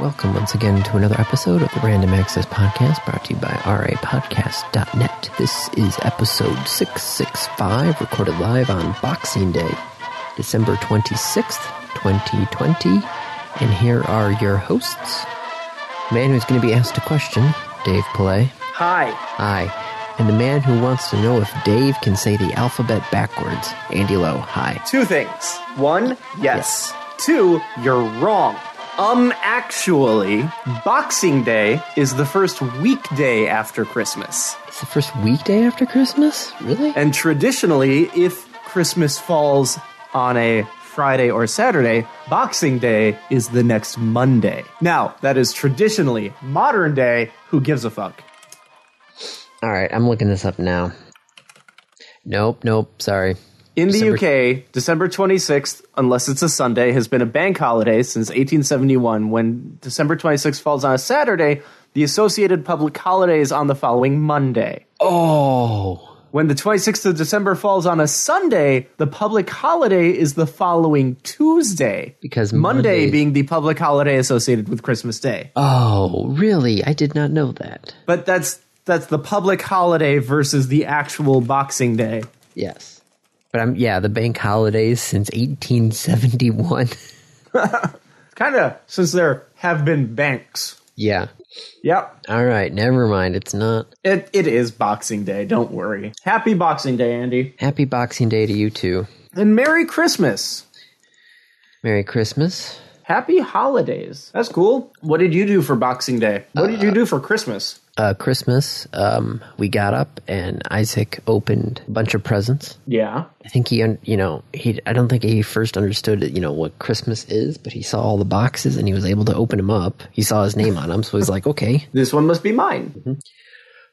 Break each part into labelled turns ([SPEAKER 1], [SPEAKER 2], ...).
[SPEAKER 1] Welcome once again to another episode of the Random Access Podcast brought to you by rapodcast.net. This is episode 665, recorded live on Boxing Day, December 26th, 2020. And here are your hosts the man who's going to be asked a question, Dave Pillay.
[SPEAKER 2] Hi.
[SPEAKER 1] Hi. And the man who wants to know if Dave can say the alphabet backwards, Andy Lowe. Hi.
[SPEAKER 2] Two things. One, yes. Two, you're wrong. Um, actually, Boxing Day is the first weekday after Christmas.
[SPEAKER 1] It's the first weekday after Christmas? Really?
[SPEAKER 2] And traditionally, if Christmas falls on a Friday or Saturday, Boxing Day is the next Monday. Now, that is traditionally modern day. Who gives a fuck?
[SPEAKER 1] All right, I'm looking this up now. Nope, nope, sorry.
[SPEAKER 2] In the UK, December 26th, unless it's a Sunday, has been a bank holiday since 1871. When December 26th falls on a Saturday, the associated public holiday is on the following Monday.
[SPEAKER 1] Oh.
[SPEAKER 2] When the 26th of December falls on a Sunday, the public holiday is the following Tuesday.
[SPEAKER 1] Because
[SPEAKER 2] Monday,
[SPEAKER 1] Monday-
[SPEAKER 2] being the public holiday associated with Christmas Day.
[SPEAKER 1] Oh, really? I did not know that.
[SPEAKER 2] But that's that's the public holiday versus the actual Boxing Day.
[SPEAKER 1] Yes. But I'm yeah, the bank holidays since 1871.
[SPEAKER 2] Kind of since there have been banks.
[SPEAKER 1] yeah.
[SPEAKER 2] Yep.
[SPEAKER 1] All right, never mind. It's not.
[SPEAKER 2] It it is Boxing Day. Don't worry. Happy Boxing Day, Andy,
[SPEAKER 1] Happy Boxing Day to you too.
[SPEAKER 2] and Merry Christmas.
[SPEAKER 1] Merry Christmas.
[SPEAKER 2] Happy holidays. That's cool. What did you do for Boxing Day? What did you do for Christmas?
[SPEAKER 1] Uh Christmas, um we got up and Isaac opened a bunch of presents.
[SPEAKER 2] Yeah.
[SPEAKER 1] I think he, un- you know, he. I don't think he first understood, you know, what Christmas is, but he saw all the boxes and he was able to open them up. He saw his name on them, so he's like, okay.
[SPEAKER 2] This one must be mine.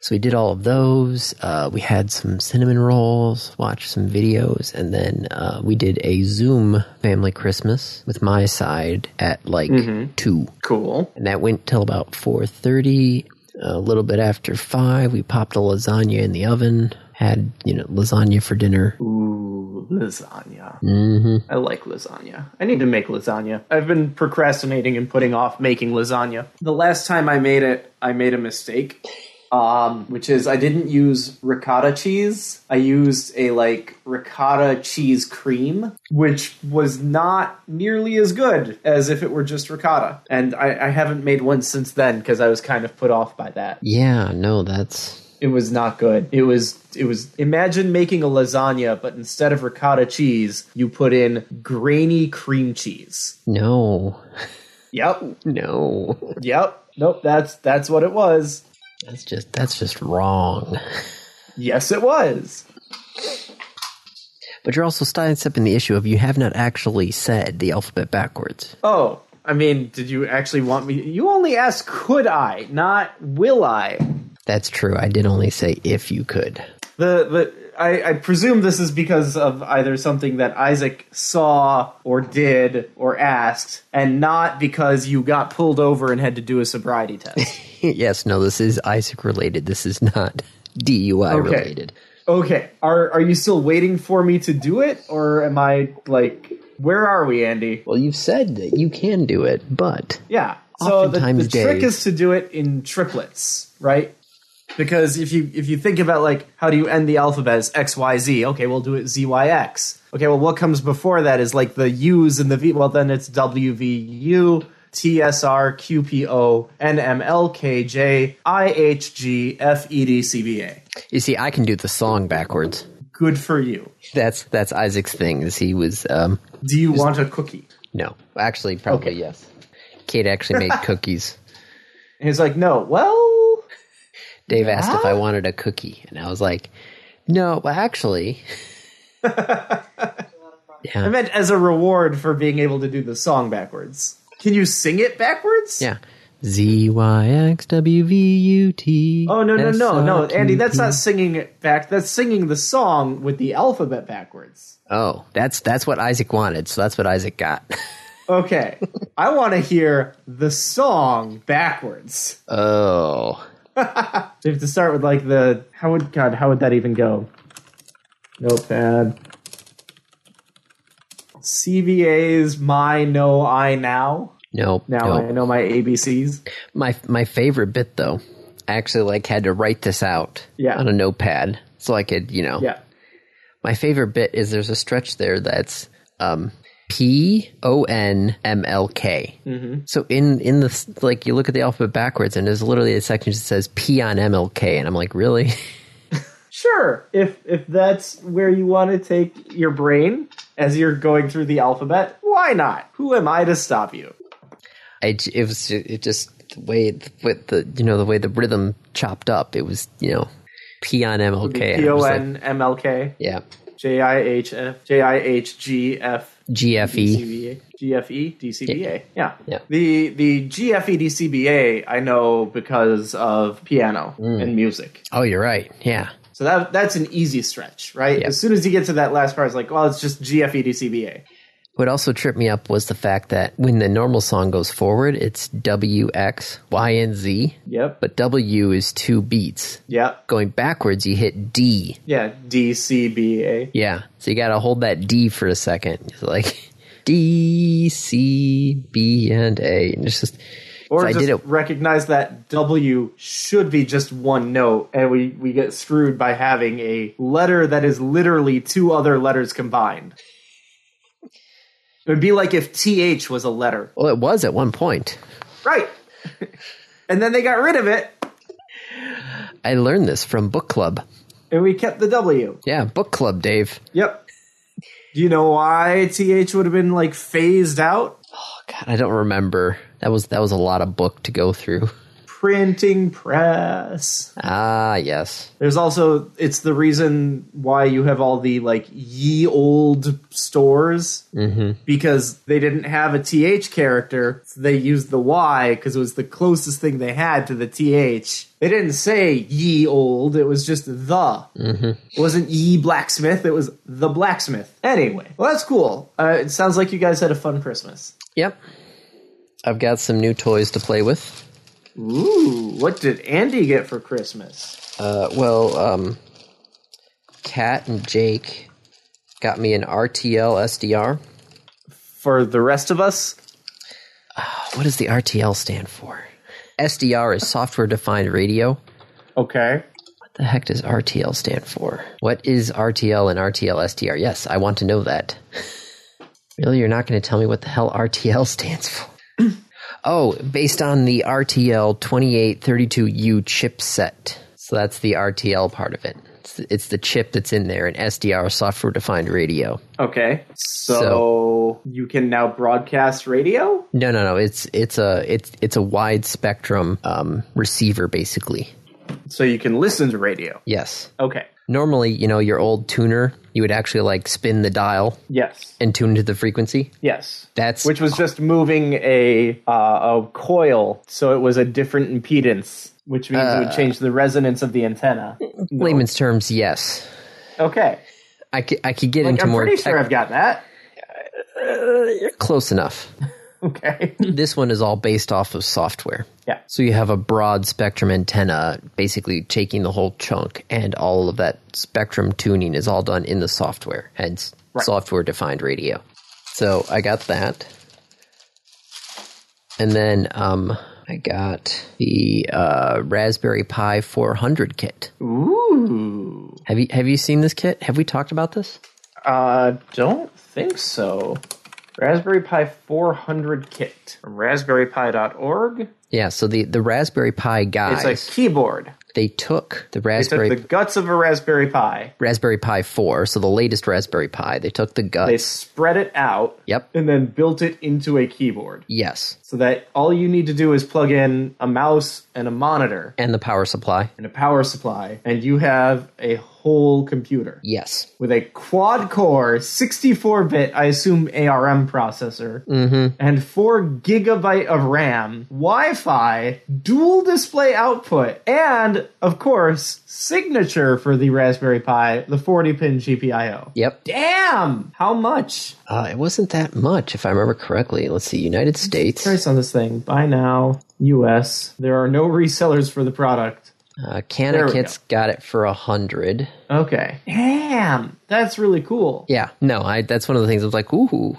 [SPEAKER 1] So we did all of those. Uh, we had some cinnamon rolls, watched some videos, and then uh, we did a Zoom family Christmas with my side at like two,
[SPEAKER 2] Cool.
[SPEAKER 1] and that went till about four thirty. A little bit after five, we popped a lasagna in the oven. Had you know lasagna for dinner.
[SPEAKER 2] Ooh, lasagna. I like lasagna. I need to make lasagna. I've been procrastinating and putting off making lasagna. The last time I made it, I made a mistake, um, which is I didn't use ricotta cheese. I used a like ricotta cheese cream, which was not nearly as good as if it were just ricotta. And I, I haven't made one since then because I was kind of put off by that.
[SPEAKER 1] Yeah, no, that's
[SPEAKER 2] It was not good. It was it was imagine making a lasagna but instead of ricotta cheese, you put in grainy cream cheese.
[SPEAKER 1] no.
[SPEAKER 2] Yep.
[SPEAKER 1] No,
[SPEAKER 2] Yep. Nope, that's that's what it was.
[SPEAKER 1] that's just that's just wrong.
[SPEAKER 2] Yes it was.
[SPEAKER 1] But you're also sidestepping the issue of you have not actually said the alphabet backwards.
[SPEAKER 2] Oh, I mean, did you actually want me You only asked could I, not will I.
[SPEAKER 1] That's true. I did only say if you could.
[SPEAKER 2] The the I, I presume this is because of either something that Isaac saw or did or asked, and not because you got pulled over and had to do a sobriety test.
[SPEAKER 1] yes, no, this is Isaac related. This is not DUI
[SPEAKER 2] Okay.
[SPEAKER 1] related.
[SPEAKER 2] Okay. Are are you still waiting for me to do it or am I like where are we, Andy?
[SPEAKER 1] Well, you've said that you can do it, but
[SPEAKER 2] Yeah. So the, the
[SPEAKER 1] Oftentimes
[SPEAKER 2] trick
[SPEAKER 1] days.
[SPEAKER 2] is to do it in triplets, right? Because if you if you think about like how do you end the alphabet is X Y Z. Okay, we'll do it Z Y X. Okay, well what comes before that is like the U's and the V well then it's W V U T S R Q P O N M L K J I H G F E D C B A.
[SPEAKER 1] you see, I can do the song backwards.
[SPEAKER 2] Good for you.
[SPEAKER 1] That's that's Isaac's thing. Is he was um
[SPEAKER 2] Do you want a cookie?
[SPEAKER 1] no, actually probably
[SPEAKER 2] Okay.
[SPEAKER 1] yes. Kate actually made cookies.
[SPEAKER 2] And he's like, no, well,
[SPEAKER 1] Dave asked if I wanted a cookie, and I was like, "No, well, actually."
[SPEAKER 2] I
[SPEAKER 1] yeah,
[SPEAKER 2] meant as a reward for being able to do the song backwards. Can you sing it backwards?
[SPEAKER 1] yeah. Z y x w v u t.
[SPEAKER 2] Oh, no, no, no, no.
[SPEAKER 1] S, R,
[SPEAKER 2] Andy,
[SPEAKER 1] Q,
[SPEAKER 2] that's
[SPEAKER 1] P.
[SPEAKER 2] not singing it back. That's singing the song with the alphabet backwards.
[SPEAKER 1] Oh, that's that's what Isaac wanted, so that's what Isaac got.
[SPEAKER 2] Okay. I want to hear the song backwards.
[SPEAKER 1] oh,
[SPEAKER 2] We have to start with like the how would God how would that even go? Notepad. CVA's my no I now.
[SPEAKER 1] Nope.
[SPEAKER 2] Now
[SPEAKER 1] nope.
[SPEAKER 2] I know my ABCs.
[SPEAKER 1] My my favorite bit though, I actually like had to write this out
[SPEAKER 2] Yeah.
[SPEAKER 1] on a notepad so I could, you know.
[SPEAKER 2] Yeah.
[SPEAKER 1] My favorite bit is there's a stretch there that's um P O N M L K.
[SPEAKER 2] Mm-hmm.
[SPEAKER 1] So in in the s- like you look at the alphabet backwards and there's literally a section that says P on M L K and I'm like really
[SPEAKER 2] Sure. If if that's where you want to take your brain as you're going through the alphabet, why not? Who am I to stop you?
[SPEAKER 1] I j- it was ju- it just the way it- with the you know the way the rhythm chopped up it was you know P on M L K
[SPEAKER 2] P O N M L K
[SPEAKER 1] yeah
[SPEAKER 2] J I H F J I H G F
[SPEAKER 1] G F E
[SPEAKER 2] DCBA. GFE DCBA. Yeah.
[SPEAKER 1] Yeah.
[SPEAKER 2] The the E GFE DCBA I know because of piano and music.
[SPEAKER 1] oh you're right yeah
[SPEAKER 2] So that that's an easy stretch, right?
[SPEAKER 1] Yeah.
[SPEAKER 2] As soon as you get to that last part, it's like, well, it's just E GFE DCBA.
[SPEAKER 1] What also tripped me up was the fact that when the normal song goes forward, it's W, X, Y, and Z,
[SPEAKER 2] Yep.
[SPEAKER 1] but W is two beats.
[SPEAKER 2] Yep.
[SPEAKER 1] Going backwards, you hit D.
[SPEAKER 2] Yeah. DCBA.
[SPEAKER 1] Yeah. So you got to hold that D for a second. It's like D, C, B, and A. And it's just,
[SPEAKER 2] Or
[SPEAKER 1] so I
[SPEAKER 2] just
[SPEAKER 1] did it.
[SPEAKER 2] recognize that W should be just one note, and we, we get screwed by having a letter that is literally two other letters combined. It would be like if TH was a letter.
[SPEAKER 1] Well, it was at one point.
[SPEAKER 2] Right. and then they got rid of it,
[SPEAKER 1] I learned this from book club.
[SPEAKER 2] and we kept the W.
[SPEAKER 1] Yeah, book club, Dave.
[SPEAKER 2] Yep. Do you know why TH would have been like phased out?
[SPEAKER 1] Oh, God, I don't remember. That was that was a lot of book to go through.
[SPEAKER 2] Printing press.
[SPEAKER 1] Ah, yes.
[SPEAKER 2] There's also it's the reason why you have all the like ye old stores because they didn't have a th character. So they used the y because it was the closest thing they had to the th. They didn't say ye old. It was just the. It wasn't ye blacksmith. It was the blacksmith. Anyway, well that's cool. Uh, it sounds like you guys had a fun Christmas.
[SPEAKER 1] Yep. I've got some new toys to play with.
[SPEAKER 2] Ooh, what did Andy get for Christmas?
[SPEAKER 1] Uh, well, um, Kat and Jake got me an RTL SDR.
[SPEAKER 2] For the rest of us,
[SPEAKER 1] What does the RTL stand for? SDR is software defined radio. What
[SPEAKER 2] okay.
[SPEAKER 1] the heck does RTL stand for? What is RTL and RTL SDR? Yes, I want to know that. really, you're not going to tell me what the hell RTL stands for? oh, based on the RTL 2832U chipset. So that's the RTL part of it. It's the, it's the chip that's in there, an SDR software defined radio.
[SPEAKER 2] Okay. So,
[SPEAKER 1] So-
[SPEAKER 2] you can now broadcast radio?
[SPEAKER 1] No, no, no. It's it's a it's it's a wide spectrum um, receiver, basically.
[SPEAKER 2] So you can listen to radio.
[SPEAKER 1] Yes.
[SPEAKER 2] Okay.
[SPEAKER 1] Normally, you know, your old tuner, you would actually like spin the dial
[SPEAKER 2] Yes.
[SPEAKER 1] and tune to the frequency.
[SPEAKER 2] Yes.
[SPEAKER 1] That's
[SPEAKER 2] Which was just moving a uh, a coil so it was a different impedance, which means it would change the resonance of the antenna.
[SPEAKER 1] layman's terms. Yes,
[SPEAKER 2] Okay.
[SPEAKER 1] I could I could get into
[SPEAKER 2] I'm
[SPEAKER 1] more.
[SPEAKER 2] pretty
[SPEAKER 1] tech-
[SPEAKER 2] sure I've got that.
[SPEAKER 1] You're close enough.
[SPEAKER 2] Okay.
[SPEAKER 1] this one is all based off of software.
[SPEAKER 2] yeah.
[SPEAKER 1] So you have a broad spectrum antenna, basically taking the whole chunk, and all of that spectrum tuning is all done in the software, hence software defined radio. So I got that, and then um, I got the uh, Raspberry Pi 400 kit.
[SPEAKER 2] Ooh.
[SPEAKER 1] Have you have you seen this kit? Have we talked about this?
[SPEAKER 2] Uh don't think so. Raspberry Pi 400 kit from raspberrypi.org.
[SPEAKER 1] Yeah. So the the Raspberry Pi guys
[SPEAKER 2] It's a keyboard.
[SPEAKER 1] they took the
[SPEAKER 2] They took
[SPEAKER 1] Raspberry
[SPEAKER 2] the guts of a Raspberry Pi
[SPEAKER 1] Raspberry Pi 4, so the latest Raspberry Pi. They took the guts.
[SPEAKER 2] they spread it out
[SPEAKER 1] Yep.
[SPEAKER 2] and then built it into a keyboard
[SPEAKER 1] Yes.
[SPEAKER 2] so that all you need to do is plug in a mouse and a monitor
[SPEAKER 1] And the power supply.
[SPEAKER 2] and a power supply and you have a whole computer
[SPEAKER 1] Yes.
[SPEAKER 2] with a quad core 64-bit i assume arm processor and 4 gigabyte of ram wi-fi dual display output and of course signature for the raspberry pi the 40-pin gpio
[SPEAKER 1] Yep.
[SPEAKER 2] damn how much
[SPEAKER 1] Uh, it wasn't that much, if I remember correctly. Let's see. United States.
[SPEAKER 2] price on this thing. Buy now, U.S. There are no resellers for the product.
[SPEAKER 1] Uh,
[SPEAKER 2] There
[SPEAKER 1] Canna
[SPEAKER 2] we
[SPEAKER 1] Kits got it for a hundred.
[SPEAKER 2] Okay, damn, that's really cool.
[SPEAKER 1] Yeah. No. I. That's one of the things I was like, ooh.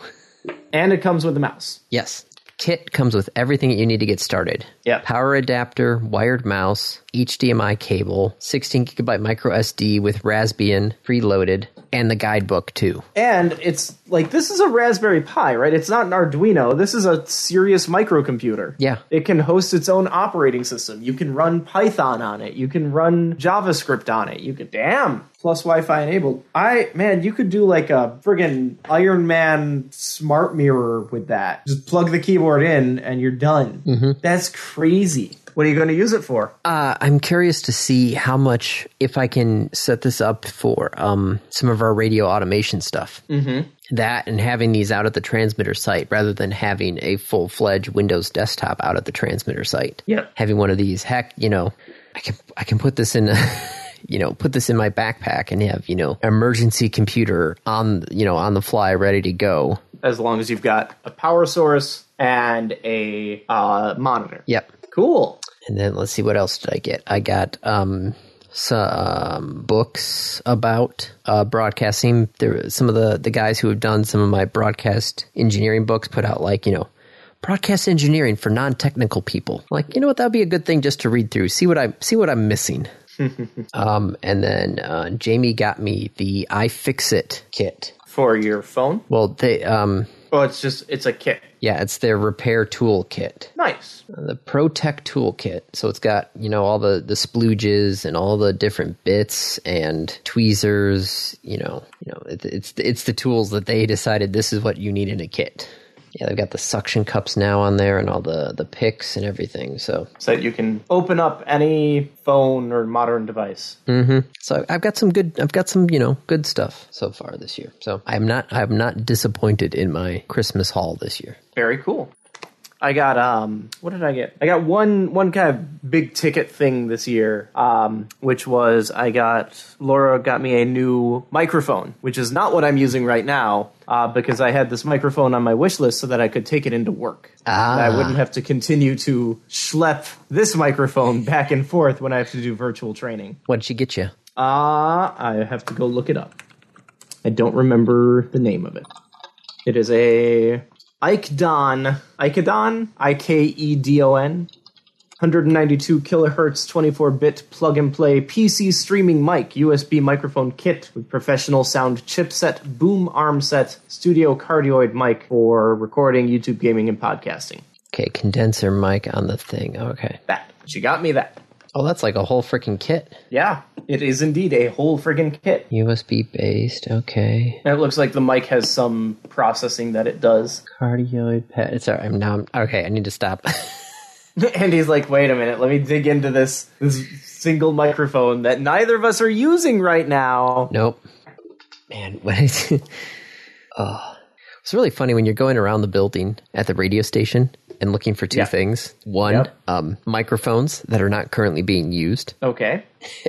[SPEAKER 2] And it comes with a mouse.
[SPEAKER 1] Yes. kit comes with everything that you need to get started.
[SPEAKER 2] Yeah.
[SPEAKER 1] Power adapter, wired mouse, HDMI cable, 16 gigabyte micro SD with Raspbian preloaded, and the guidebook too.
[SPEAKER 2] And it's like this is a Raspberry Pi, right? It's not an Arduino. This is a serious microcomputer.
[SPEAKER 1] Yeah.
[SPEAKER 2] It can host its own operating system. You can run Python on it. You can run JavaScript on it. You can damn plus Wi-Fi enabled. I man, you could do like a friggin' Iron Man smart mirror with that. Just plug the keyboard in and you're done. That's crazy. What are you going to use it for?
[SPEAKER 1] Uh, I'm curious to see how much, if I can set this up for um, some of our radio automation stuff. Mm-hmm. That and having these out at the transmitter site rather than having a full fledged Windows desktop out at the transmitter site.
[SPEAKER 2] Yeah.
[SPEAKER 1] Having one of these, heck, you know, I can I can put this in. A, You know, put this in my backpack and have you know emergency computer on you know on the fly ready to go.
[SPEAKER 2] as long as you've got a power source and a uh, monitor.
[SPEAKER 1] Yep.
[SPEAKER 2] Cool.
[SPEAKER 1] And then let's see what else did I get. I got um, some books about uh, broadcasting. There, were some of the the guys who have done some of my broadcast engineering books put out like you know. Broadcast engineering for non-technical people. Like, you know what? That'd be a good thing just to read through. See what I see what I'm missing. um, and then uh, Jamie got me the iFixit kit.
[SPEAKER 2] For your phone?
[SPEAKER 1] Well, they um,
[SPEAKER 2] Oh, it's just it's a kit.
[SPEAKER 1] yeah, it's their repair tool kit.
[SPEAKER 2] Nice.
[SPEAKER 1] the ProTech toolkit. So it's got, you know, all the the splooges and all the different bits and tweezers, you know, you know, it, it's it's the tools that they decided this is what you need in a kit. Yeah, they've got the suction cups now on there and all the the picks and everything. So
[SPEAKER 2] So that you can open up any phone or modern device.
[SPEAKER 1] so I've got some good I've got some, you know, good stuff so far this year. So I'm not I'm not disappointed in my Christmas haul this year.
[SPEAKER 2] Very cool. I got um what did I get? I got one one kind of big ticket thing this year um which was I got Laura got me a new microphone, which is not what I'm using right now uh because I had this microphone on my wish list so that I could take it into work.
[SPEAKER 1] Ah.
[SPEAKER 2] I wouldn't have to continue to schlep this microphone back and forth when I have to do virtual training.
[SPEAKER 1] What did she get you?
[SPEAKER 2] Uh, I have to go look it up. I don't remember the name of it. It is a Ikedon, Ikedon, I K E D O N, 192 kilohertz, 24 bit plug and play PC streaming mic, USB microphone kit with professional sound chipset, boom arm set, studio cardioid mic for recording, YouTube gaming, and podcasting.
[SPEAKER 1] Okay, condenser mic on the thing. Okay.
[SPEAKER 2] That. She got me that.
[SPEAKER 1] Oh, that's like a whole freaking kit.
[SPEAKER 2] Yeah, it is indeed a whole friggin' kit.
[SPEAKER 1] USB based. Okay.
[SPEAKER 2] It looks like the mic has some processing that it does.
[SPEAKER 1] cardioid pet. It's all right. I'm now. I'm, okay, I need to stop.
[SPEAKER 2] And he's like, "Wait a minute, let me dig into this this single microphone that neither of us are using right now."
[SPEAKER 1] nope. Man, when I, oh, it's really funny when you're going around the building at the radio station and looking for two
[SPEAKER 2] Yeah.
[SPEAKER 1] things: one,
[SPEAKER 2] Yep.
[SPEAKER 1] um, microphones that are not currently being used,
[SPEAKER 2] Okay,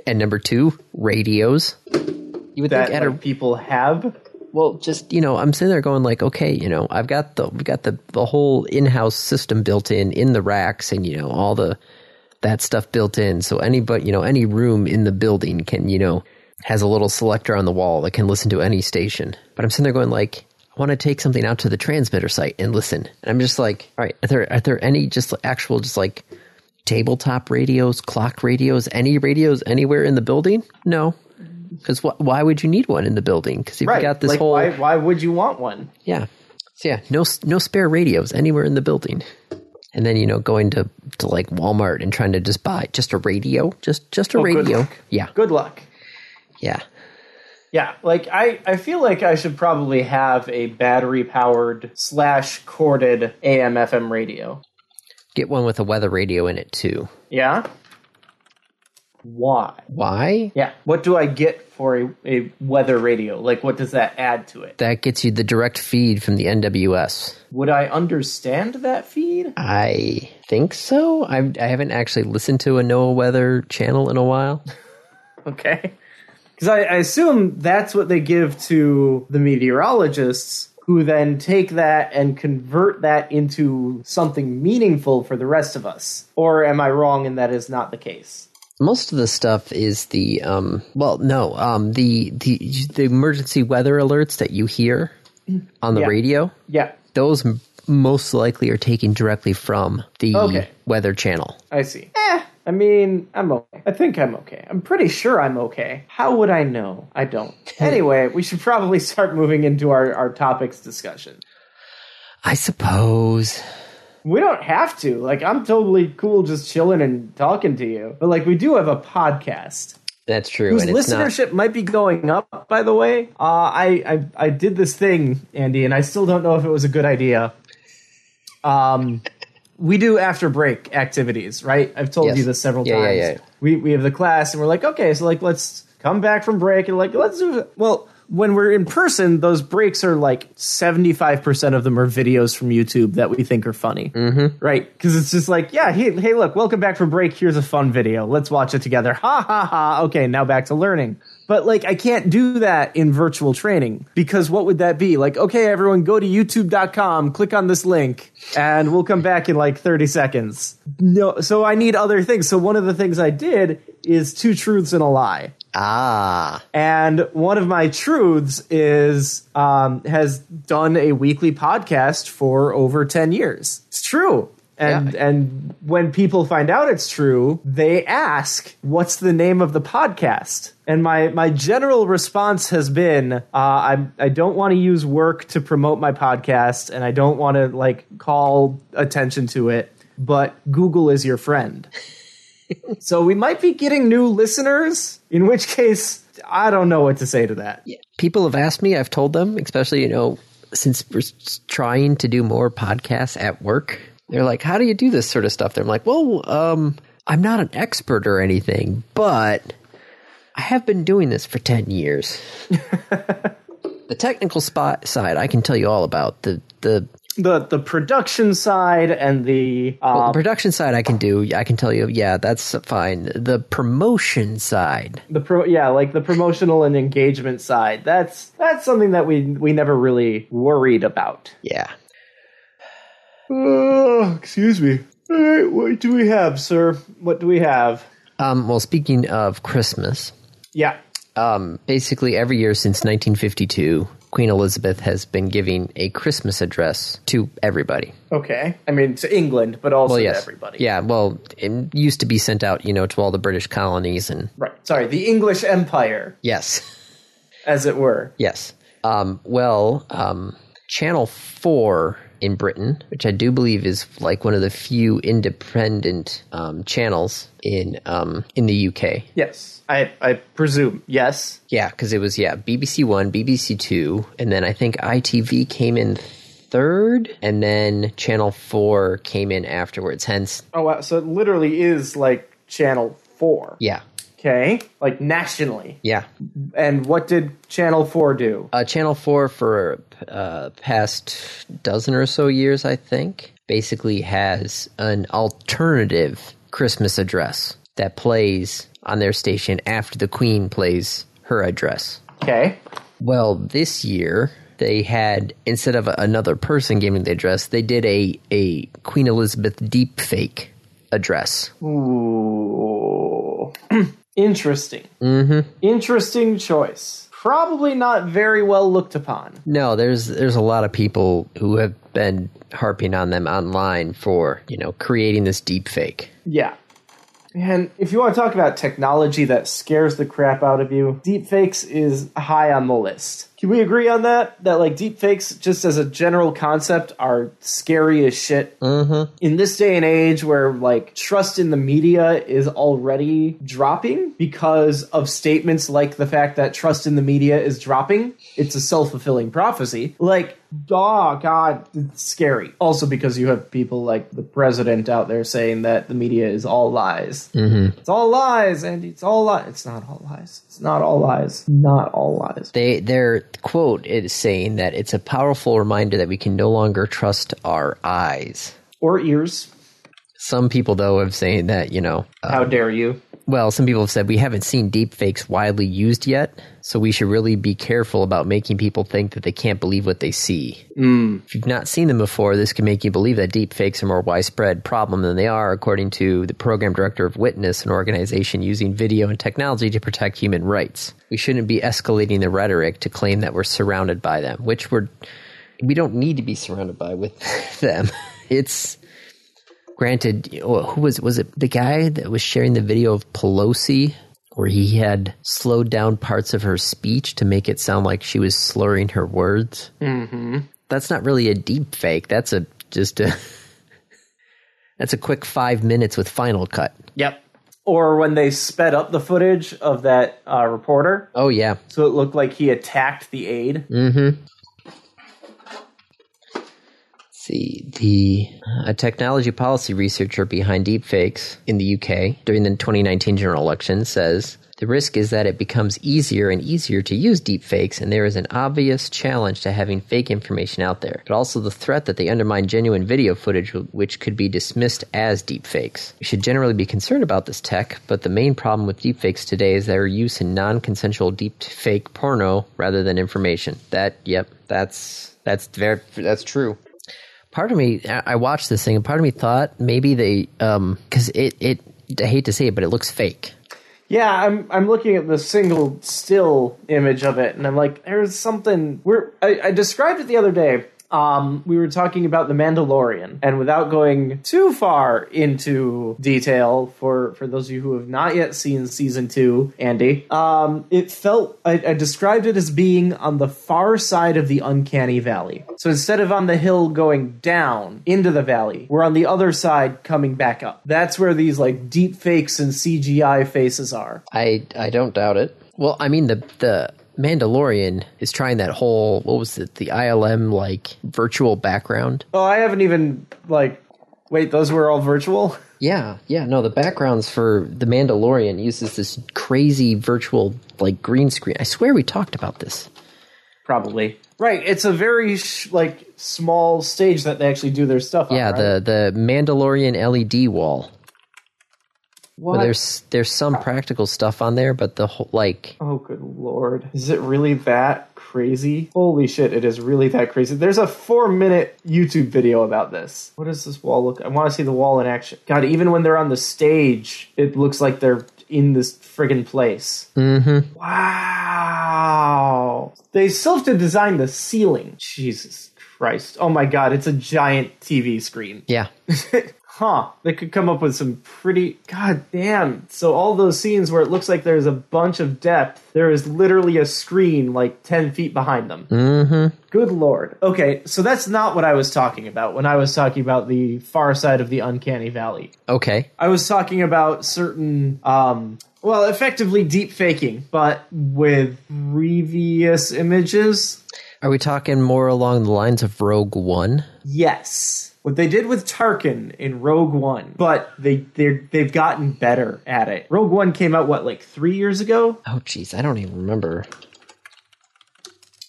[SPEAKER 1] and number two, radios. You would
[SPEAKER 2] that
[SPEAKER 1] think at a
[SPEAKER 2] like, people have.
[SPEAKER 1] well, just you know, I'm sitting there going like, okay, you know, I've got the we've got the the whole in-house system built in in the racks, and you know all the that stuff built in. So anybody, you know, any room in the building can you know has a little selector on the wall that can listen to any station. But I'm sitting there going like. I want to take something out to the transmitter site and listen. And I'm just like, all right, are there are there any just actual just like tabletop radios, clock radios, any radios anywhere in the building? No, because wh- why would you need one in the building? Because you've
[SPEAKER 2] Right,
[SPEAKER 1] got this
[SPEAKER 2] like,
[SPEAKER 1] whole
[SPEAKER 2] Why, why would you want one?
[SPEAKER 1] yeah. So yeah, no no spare radios anywhere in the building. And then you know going to to like Walmart and trying to just buy just a radio, just just a
[SPEAKER 2] Oh, good
[SPEAKER 1] radio.
[SPEAKER 2] luck.
[SPEAKER 1] Yeah.
[SPEAKER 2] Good luck.
[SPEAKER 1] Yeah.
[SPEAKER 2] Yeah, like I, I feel like I should probably have a battery powered slash corded AM FM radio.
[SPEAKER 1] Get one with a weather radio in it too.
[SPEAKER 2] Yeah. Why?
[SPEAKER 1] Why?
[SPEAKER 2] Yeah. What do I get for a, a weather radio? Like, what does that add to it?
[SPEAKER 1] That gets you the direct feed from the NWS.
[SPEAKER 2] Would I understand that feed?
[SPEAKER 1] I think so. I I haven't actually listened to a NOAA weather channel in a while.
[SPEAKER 2] Okay. Because I, I assume that's what they give to the meteorologists, who then take that and convert that into something meaningful for the rest of us. Or am I wrong and that is not the case?
[SPEAKER 1] most of the stuff is the um well no um the the the emergency weather alerts that you hear on the
[SPEAKER 2] Yeah.
[SPEAKER 1] radio
[SPEAKER 2] Yeah.
[SPEAKER 1] those m- most likely are taken directly from the
[SPEAKER 2] Okay.
[SPEAKER 1] Weather Channel.
[SPEAKER 2] I see. Eh, I mean, I'm okay. I think I'm okay. I'm pretty sure I'm okay. How would I know? I don't. Anyway, we should probably start moving into our, our topics discussion.
[SPEAKER 1] I suppose.
[SPEAKER 2] We don't have to. Like, I'm totally cool just chilling and talking to you. But, like, we do have a podcast.
[SPEAKER 1] That's true.
[SPEAKER 2] Whose
[SPEAKER 1] and it's not.
[SPEAKER 2] listenership might be going up, by the way. Uh, I, I I did this thing, Andy, and I still don't know if it was a good idea. Um, we do after break activities, right? I've told
[SPEAKER 1] Yes.
[SPEAKER 2] you this several
[SPEAKER 1] Yeah, yeah,
[SPEAKER 2] times.
[SPEAKER 1] yeah.
[SPEAKER 2] We we have the class, and we're like, okay, so like let's come back from break, and like let's do well. When we're in person, those breaks are like seventy five percent of them are videos from YouTube that we think are funny, mm-hmm. right? Because it's just like, yeah, hey, hey, look, welcome back from break. Here's a fun video. Let's watch it together. Ha ha ha. Okay, now back to learning. But like, I can't do that in virtual training because what would that be? Like, okay, everyone, go to youtube.com, click on this link, and we'll come back in like 30 seconds. No, so I need other things. So one of the things I did is two truths and a lie.
[SPEAKER 1] Ah.
[SPEAKER 2] And one of my truths is um, has done a weekly podcast for over ten years. It's true. And
[SPEAKER 1] Yeah.
[SPEAKER 2] and when people find out it's true, they ask, "What's the name of the podcast?" And my my general response has been, uh, "I I don't want to use work to promote my podcast, and I don't want to like call attention to it." But Google is your friend. So we might be getting new listeners, in which case, I don't know what to say to that.
[SPEAKER 1] people have asked me i've told them especially you know since we're s- trying to do more podcasts at work they're like how do you do this sort of stuff they're like well um i'm not an expert or anything but i have been doing this for 10 years the technical spot side i can tell you all about the the
[SPEAKER 2] The the production side and the uh,
[SPEAKER 1] the production side i can do i can tell you yeah that's fine the promotion side
[SPEAKER 2] the pro yeah, like the promotional and engagement side. That's that's something that we we never really worried about.
[SPEAKER 1] yeah
[SPEAKER 2] Oh, excuse me. All right, what do we have, sir? What do we have?
[SPEAKER 1] um well speaking of christmas
[SPEAKER 2] Yeah.
[SPEAKER 1] um, basically every year since 1952, Queen Elizabeth has been giving a Christmas address to everybody.
[SPEAKER 2] Okay. I mean, to England, but also
[SPEAKER 1] Well, yes,
[SPEAKER 2] to everybody.
[SPEAKER 1] Yeah, well, it used to be sent out, you know, to all the British colonies, and
[SPEAKER 2] Right. Sorry, the English Empire,
[SPEAKER 1] yes,
[SPEAKER 2] as it were.
[SPEAKER 1] yes. Um, well, um, Channel Four in Britain, which I do believe is like one of the few independent um, channels in um, in the UK.
[SPEAKER 2] Yes. I I presume. Yes.
[SPEAKER 1] Yeah, because it was yeah BBC One, BBC Two, and then I think ITV came in third, and then Channel Four came in afterwards. Hence,
[SPEAKER 2] Oh wow! So it literally is like Channel Four.
[SPEAKER 1] yeah,
[SPEAKER 2] Okay, like nationally.
[SPEAKER 1] yeah.
[SPEAKER 2] And what did Channel Four do?
[SPEAKER 1] Uh, Channel Four for uh, past dozen or so years, I think, basically has an alternative Christmas address that plays on their station after the Queen plays her address.
[SPEAKER 2] Okay,
[SPEAKER 1] Well, this year they had instead of another person giving the address, they did a a Queen Elizabeth deep fake address.
[SPEAKER 2] ooh, interesting. Mm-hmm. Interesting choice. Probably not very well looked upon.
[SPEAKER 1] No, there's there's a lot of people who have been harping on them online for, you know, creating this deep fake.
[SPEAKER 2] Yeah. And if you want to talk about technology that scares the crap out of you, deepfakes is high on the list. Can we agree on that? That like deepfakes, just as a general concept, are scary as shit. Mm-hmm. In this day and age, where like trust in the media is already dropping because of statements like the fact that trust in the media is dropping, it's a self fulfilling prophecy. Like, oh god, it's scary. Also because you have people like the president out there saying that the media is all lies. It's all lies, Andy. It's all lies. It's not all lies. It's not all lies. Not all lies.
[SPEAKER 1] They their quote is saying that it's a powerful reminder that we can no longer trust our eyes.
[SPEAKER 2] Or ears.
[SPEAKER 1] Some people though have saying that, you know,
[SPEAKER 2] How dare you?
[SPEAKER 1] Well, some people have said we haven't seen deepfakes widely used yet, so we should really be careful about making people think that they can't believe what they see. If you've not seen them before, this can make you believe that deepfakes are more widespread problem than they are, according to the program director of Witness, an organization using video and technology to protect human rights. We shouldn't be escalating the rhetoric to claim that we're surrounded by them, which we're we don't need to be surrounded by with them. It's granted. you know, Who was was it? The guy that was sharing the video of Pelosi, where he had slowed down parts of her speech to make it sound like she was slurring her words. Mm-hmm. That's not really a deep fake. That's a just a. That's a quick five minutes with Final Cut.
[SPEAKER 2] Yep. Or when they sped up the footage of that uh, reporter,
[SPEAKER 1] Oh yeah,
[SPEAKER 2] so it looked like he attacked the aide.
[SPEAKER 1] see the uh, a technology policy researcher behind deepfakes in the UK during the 2019 general election says the risk is that it becomes easier and easier to use deepfakes and there is an obvious challenge to having fake information out there but also the threat that they undermine genuine video footage which could be dismissed as deepfakes we should generally be concerned about this tech but the main problem with deepfakes today is their use in non-consensual deepfake porno rather than information that yep that's that's very that's true part of me i I watched this thing and part of me thought maybe they um because it it i hate to say it but it looks fake
[SPEAKER 2] Yeah, I'm I'm looking at the single still image of it, and I'm like, there's something. We're I, I described it the other day. Um, we were talking about the Mandalorian, and without going too far into detail, for for those of you who have not yet seen season two, Andy, um, it felt I, I described it as being on the far side of the uncanny valley. So instead of on the hill going down into the valley, we're on the other side coming back up. That's where these like deep fakes and CGI faces are.
[SPEAKER 1] i i don't doubt it well i mean the the mandalorian is trying that whole what was it the ilm like virtual background
[SPEAKER 2] Oh, I haven't even like. Wait, those were all virtual.
[SPEAKER 1] yeah yeah no the backgrounds for the mandalorian uses this crazy virtual like green screen i swear we talked about this
[SPEAKER 2] Probably right. It's a very sh- like small stage that they actually do their stuff.
[SPEAKER 1] yeah
[SPEAKER 2] on, right?
[SPEAKER 1] the the mandalorian led wall
[SPEAKER 2] what?
[SPEAKER 1] Well, there's there's some practical stuff on there but the whole like
[SPEAKER 2] Oh, good lord. Is it really that crazy? Holy shit, it is really that crazy. There's a four minute YouTube video about this. What does this wall look I want to see the wall in action. God, even when they're on the stage, it looks like they're in this friggin' place. Mm-hmm. Wow. They still have to design the ceiling. Jesus Christ. Oh my god, it's a giant TV screen.
[SPEAKER 1] yeah
[SPEAKER 2] Huh. They could come up with some pretty. God damn. So, all those scenes where it looks like there's a bunch of depth, there is literally a screen like 10 feet behind them. Mm-hmm. Good lord. Okay, so that's not what I was talking about when I was talking about the far side of the uncanny valley.
[SPEAKER 1] okay
[SPEAKER 2] I was talking about certain. Um, well, effectively deep faking, but with previous images.
[SPEAKER 1] Are we talking more along the lines of Rogue One?
[SPEAKER 2] Yes. What they did with Tarkin in Rogue One, but they they they've gotten better at it. Rogue One came out what like three years ago,
[SPEAKER 1] Oh, jeez, I don't even remember.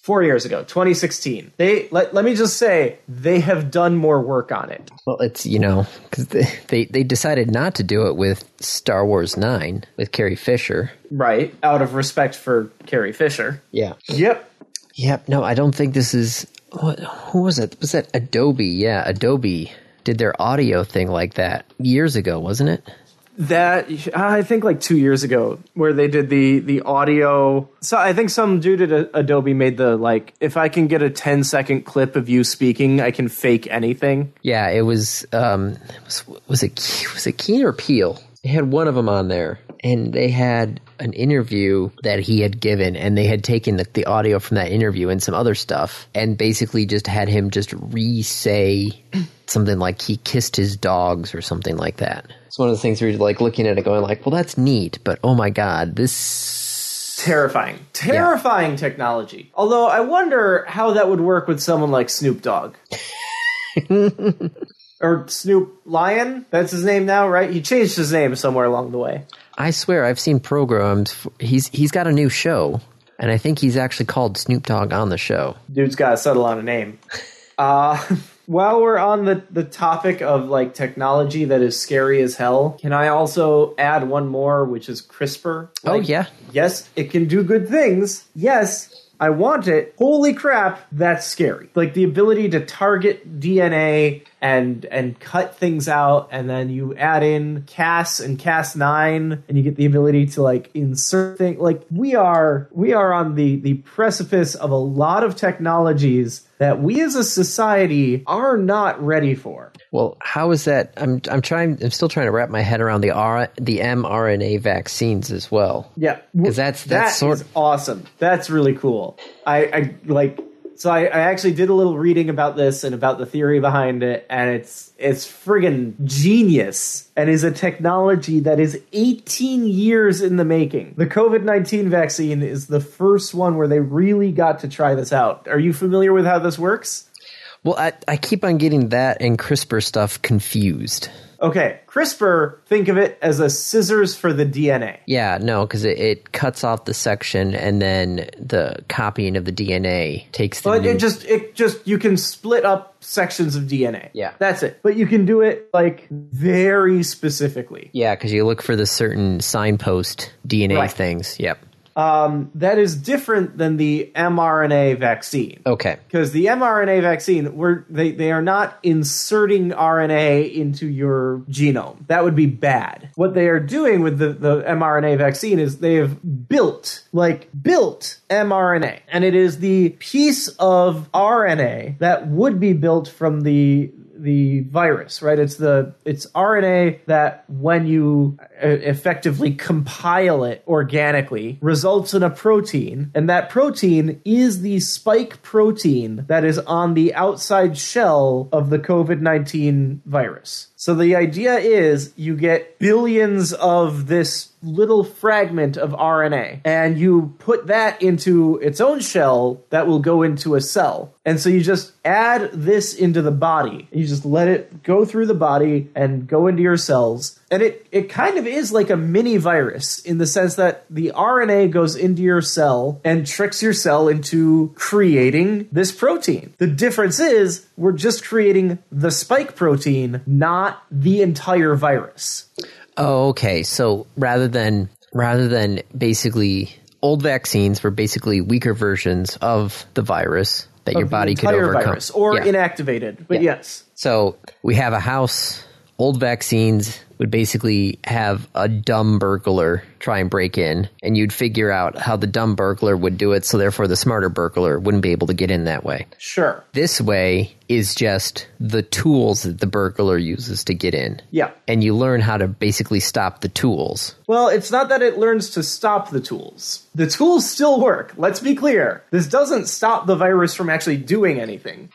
[SPEAKER 2] four years ago, 2016. They let let me just say they have done more work on it.
[SPEAKER 1] Well, it's you know because they, they they decided not to do it with Star Wars Nine with Carrie Fisher.
[SPEAKER 2] Right, out of respect for Carrie Fisher.
[SPEAKER 1] Yeah.
[SPEAKER 2] Yep.
[SPEAKER 1] Yep. No, I don't think this is. What, who was it? Was that Adobe? Yeah, Adobe did their audio thing like that years ago, wasn't it?
[SPEAKER 2] that I think like two years ago, where they did the the audio. So I think some dude at A- Adobe made the like, if I can get a 10 second clip of you speaking, I can fake anything.
[SPEAKER 1] Yeah, it was. Um, it was, was it Ke- was it Keen or Peel? They had one of them on there, and they had an interview that he had given, and they had taken the, the audio from that interview and some other stuff, and basically just had him just re-say something like he kissed his dogs or something like that. It's one of the things where you're like looking at it, going like, "Well, that's neat," but oh my god, this.
[SPEAKER 2] Terrifying, terrifying technology. Although I wonder how that would work with someone like Snoop Dogg. Or Snoop Lion, that's his name now, right? He changed his name somewhere along the way.
[SPEAKER 1] I swear, I've seen programs. For, he's he's got a new show, and I think he's actually called Snoop Dogg on the show.
[SPEAKER 2] dude's got to settle on a name. Uh, while we're on the, the topic of like technology that is scary as hell, can I also add one more, which is CRISPR?
[SPEAKER 1] Oh
[SPEAKER 2] Like,
[SPEAKER 1] yeah,
[SPEAKER 2] Yes, it can do good things. Yes, I want it. Holy crap, that's scary. Like the ability to target DNA and and cut things out and then you add in cast and cast 9 and you get the ability to like insert things like we are we are on the the precipice of a lot of technologies that we as a society are not ready for
[SPEAKER 1] Well, how is that? I'm I'm trying. I'm still trying to wrap my head around the R the mRNA vaccines as well.
[SPEAKER 2] Yeah,
[SPEAKER 1] 'Cause that's- that's
[SPEAKER 2] that
[SPEAKER 1] sort-
[SPEAKER 2] is awesome. That's really cool. I, I like so I, I actually did a little reading about this and about the theory behind it, and it's it's friggin' genius and is a technology that is 18 years in the making. The COVID 19 vaccine is the first one where they really got to try this out. Are you familiar with how this works?
[SPEAKER 1] Well, I I keep on getting that and CRISPR stuff confused.
[SPEAKER 2] Okay, CRISPR, think of it as a scissors for the DNA.
[SPEAKER 1] Yeah, no, because it, it cuts off the section and then the copying of the DNA takes the.
[SPEAKER 2] But
[SPEAKER 1] new-
[SPEAKER 2] it just it just you can split up sections of DNA.
[SPEAKER 1] Yeah.
[SPEAKER 2] That's it. But you can do it like very specifically.
[SPEAKER 1] yeah, because you look for the certain signpost DNA
[SPEAKER 2] Right.
[SPEAKER 1] things. Yep.
[SPEAKER 2] Um, that is different than the mRNA vaccine.
[SPEAKER 1] Okay.
[SPEAKER 2] Because the mRNA vaccine, we're, they, they are not inserting RNA into your genome. That would be bad. What they are doing with the, the mRNA vaccine is they have built, like, built mRNA. And it is the piece of RNA that would be built from the the virus right it's the it's rna that when you uh, effectively compile it organically results in a protein and that protein is the spike protein that is on the outside shell of the covid-19 virus so the idea is you get billions of this little fragment of RNA and you put that into its own shell that will go into a cell. And so you just add this into the body. You just let it go through the body and go into your cells. And it, it kind of is like a mini virus in the sense that the RNA goes into your cell and tricks your cell into creating this protein. The difference is we're just creating the spike protein, not the entire virus.
[SPEAKER 1] Oh, okay. So rather than rather than basically old vaccines were basically weaker versions of the virus that your
[SPEAKER 2] of the
[SPEAKER 1] body could
[SPEAKER 2] entire
[SPEAKER 1] overcome
[SPEAKER 2] virus or
[SPEAKER 1] Yeah.
[SPEAKER 2] inactivated. But
[SPEAKER 1] Yeah.
[SPEAKER 2] yes,
[SPEAKER 1] So we have a house. Old vaccines would basically have a dumb burglar try and break in, and you'd figure out how the dumb burglar would do it, so therefore the smarter burglar wouldn't be able to get in that way.
[SPEAKER 2] sure,
[SPEAKER 1] This way is just the tools that the burglar uses to get in.
[SPEAKER 2] yeah.
[SPEAKER 1] And you learn how to basically stop the tools.
[SPEAKER 2] Well, it's not that it learns to stop the tools. The tools still work. Let's be clear. This doesn't stop the virus from actually doing anything.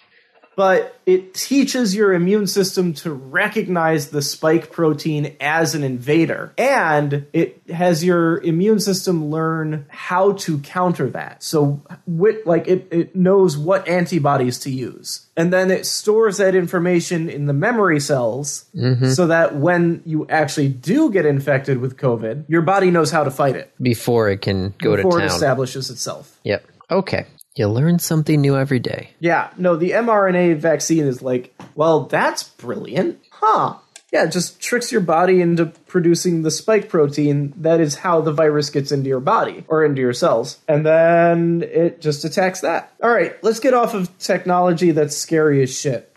[SPEAKER 2] But it teaches your immune system to recognize the spike protein as an invader. And it has your immune system learn how to counter that. So, wit- like, it, it knows what antibodies to use. And then it stores that information in the memory cells so that when you actually do get infected with COVID, your body knows how to fight it
[SPEAKER 1] before it can go
[SPEAKER 2] before
[SPEAKER 1] to
[SPEAKER 2] it
[SPEAKER 1] town.
[SPEAKER 2] establishes itself.
[SPEAKER 1] Yep. Okay. You learn something new every day.
[SPEAKER 2] Yeah, no, the mRNA vaccine is like, well, that's brilliant. Huh. Yeah, it just tricks your body into producing the spike protein. That is how the virus gets into your body or into your cells. And then it just attacks that. All right, let's get off of technology that's scary as shit.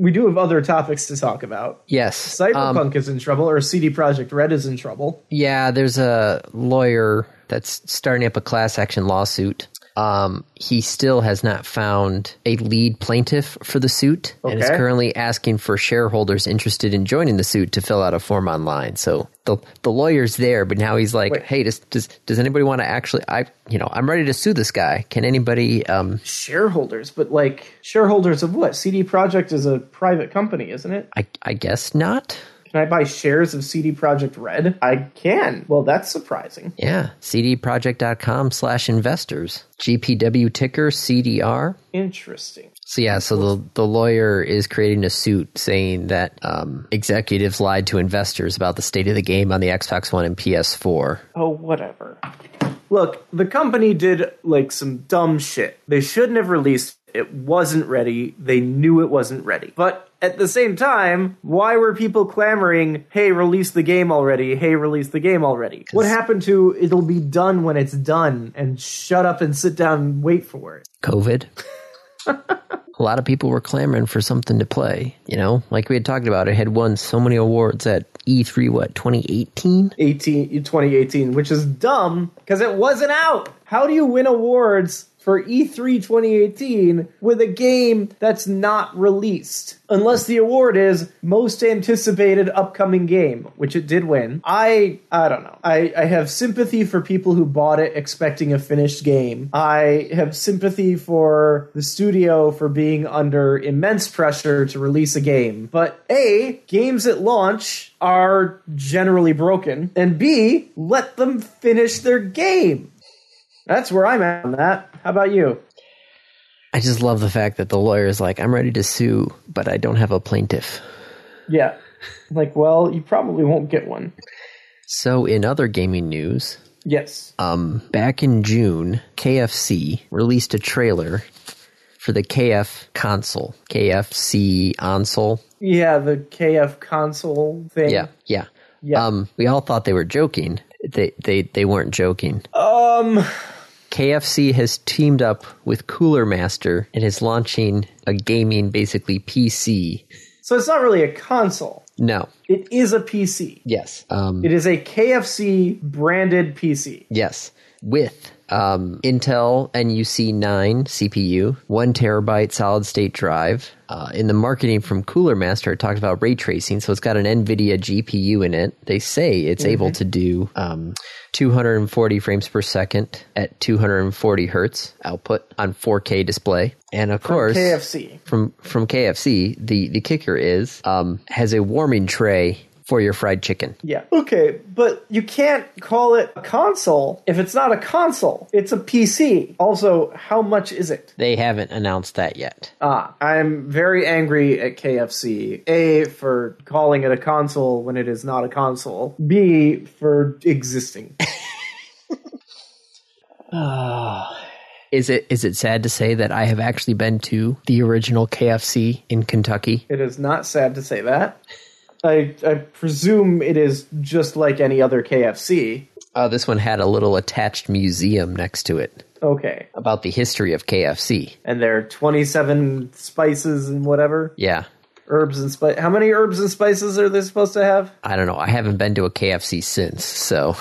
[SPEAKER 2] We do have other topics to talk about.
[SPEAKER 1] Yes. Um,
[SPEAKER 2] Cyberpunk is in trouble, or CD Projekt Red is in trouble.
[SPEAKER 1] yeah, there's a lawyer that's starting up a class action lawsuit. Um, he still has not found a lead plaintiff for the suit and is
[SPEAKER 2] Okay.
[SPEAKER 1] currently asking for shareholders interested in joining the suit to fill out a form online. So the the lawyer's there, but now he's like,
[SPEAKER 2] Wait.
[SPEAKER 1] "Hey, does does, does anybody want to actually I you know, I'm ready to sue this guy. Can anybody um
[SPEAKER 2] Shareholders, but like shareholders of what? CD Projekt is a private company, isn't it?
[SPEAKER 1] I I guess not?"
[SPEAKER 2] Can I buy shares of CD Project Red? I can. Well, that's surprising.
[SPEAKER 1] Yeah, cdproject.com slash investors. GPW ticker CDR.
[SPEAKER 2] Interesting.
[SPEAKER 1] So yeah, so the the lawyer is creating a suit saying that um, executives lied to investors about the state of the game on the Xbox One and PS4.
[SPEAKER 2] Oh, whatever. Look, the company did like some dumb shit. They shouldn't have released it. it. wasn't ready. They knew it wasn't ready. But at the same time, why were people clamoring, "Hey, release the game already. Hey, release the game already." What happened to it'll be done when it's done and shut up and sit down and wait for it?
[SPEAKER 1] COVID. a lot of people were clamoring for something to play. You know, like we had talked about, it had won so many awards at E3, what, 2018?
[SPEAKER 2] 18, 2018, which is dumb because it wasn't out. How do you win awards for E E3 2018 with a game that's not released? Unless the award is most anticipated upcoming game, which it did win. I I don't know. I, I have sympathy for people who bought it expecting a finished game. I have sympathy for the studio for being under immense pressure to release a game. But A, games at launch are generally broken, and B, let them finish their game. That's where I'm at on that. How about you?
[SPEAKER 1] I just love the fact that the lawyer is like, I'm ready to sue, but I don't have a plaintiff.
[SPEAKER 2] Yeah. Like, well, you probably won't get one.
[SPEAKER 1] So, in other gaming news,
[SPEAKER 2] Yes.
[SPEAKER 1] um, back in June, KFC released a trailer for the KF console, KFC console.
[SPEAKER 2] Yeah, the KF console thing.
[SPEAKER 1] Yeah, yeah.
[SPEAKER 2] Yeah.
[SPEAKER 1] Um, we all thought they were joking. They they they weren't joking.
[SPEAKER 2] Um
[SPEAKER 1] KFC has teamed up with Cooler Master and is launching a gaming basically PC.
[SPEAKER 2] so it's not really a console.
[SPEAKER 1] No.
[SPEAKER 2] It is a PC.
[SPEAKER 1] Yes. Um
[SPEAKER 2] It is a KFC branded PC.
[SPEAKER 1] yes. With um, Intel NUC 9 CPU, one terabyte solid state drive. Uh, in the marketing from Cooler Master, it talked about ray tracing, so it's got an NVIDIA GPU in it. They say it's able to do um, 240 frames per second at 240 hertz output on 4K display. And of course,
[SPEAKER 2] KFC.
[SPEAKER 1] from from KFC, the the kicker is um, has a warming tray for your fried chicken.
[SPEAKER 2] Yeah. Okay, but you can't call it a console if it's not a console. It's a PC. Also, how much is it?
[SPEAKER 1] They haven't announced that yet.
[SPEAKER 2] Ah, I'm very angry at KFC. A for calling it a console when it is not a console. B for existing.
[SPEAKER 1] Is it is it sad to say that I have actually been to the original KFC in Kentucky?
[SPEAKER 2] It is not sad to say that. I, I presume it is just like any other KFC.
[SPEAKER 1] Uh, this one had a little attached museum next to it
[SPEAKER 2] Okay.
[SPEAKER 1] about the history of KFC.
[SPEAKER 2] And there are 27 spices and whatever.
[SPEAKER 1] Yeah,
[SPEAKER 2] Herbs and spice. How many herbs and spices are they supposed to have?
[SPEAKER 1] I don't know. I haven't been to a KFC since, so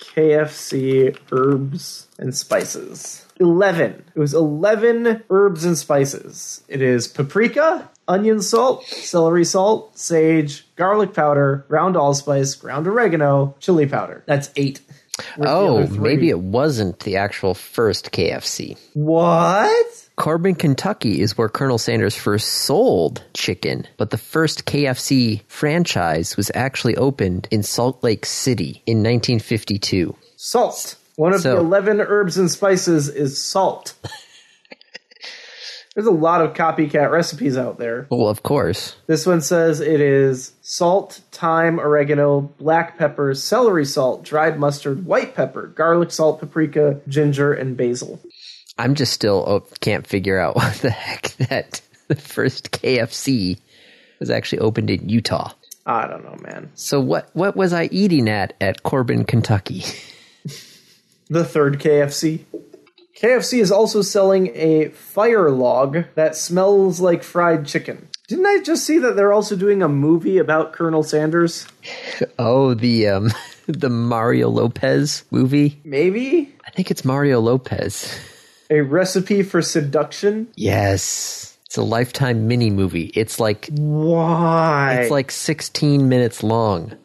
[SPEAKER 2] KFC herbs and spices. 11. It was 11 herbs and spices. It is paprika, onion salt, celery salt, sage, garlic powder, ground allspice, ground oregano, chili powder. That's 8. Where's the
[SPEAKER 1] oh,
[SPEAKER 2] other three?
[SPEAKER 1] maybe it wasn't the actual first KFC.
[SPEAKER 2] What?
[SPEAKER 1] Corbin, Kentucky is where Colonel Sanders first sold chicken, but the first KFC franchise was actually opened in Salt Lake City in 1952.
[SPEAKER 2] Salt. One of
[SPEAKER 1] So-
[SPEAKER 2] the 11 herbs and spices is salt. There's a lot of copycat recipes out there.
[SPEAKER 1] Well, of course.
[SPEAKER 2] This one says it is salt, thyme, oregano, black pepper, celery salt, dried mustard, white pepper, garlic salt, paprika, ginger, and basil.
[SPEAKER 1] I'm just still oh, can't figure out what the heck that the first KFC was actually opened in Utah.
[SPEAKER 2] I don't know, man.
[SPEAKER 1] So what what was I eating at at Corbin, Kentucky?
[SPEAKER 2] The third KFC. KFC is also selling a fire log that smells like fried chicken. Didn't I just see that they're also doing a movie about Colonel Sanders?
[SPEAKER 1] Oh, the um the Mario Lopez movie.
[SPEAKER 2] Maybe?
[SPEAKER 1] I think it's Mario Lopez.
[SPEAKER 2] A recipe for seduction?
[SPEAKER 1] Yes. It's a lifetime mini movie. It's like
[SPEAKER 2] Why?
[SPEAKER 1] it's like 16 minutes long.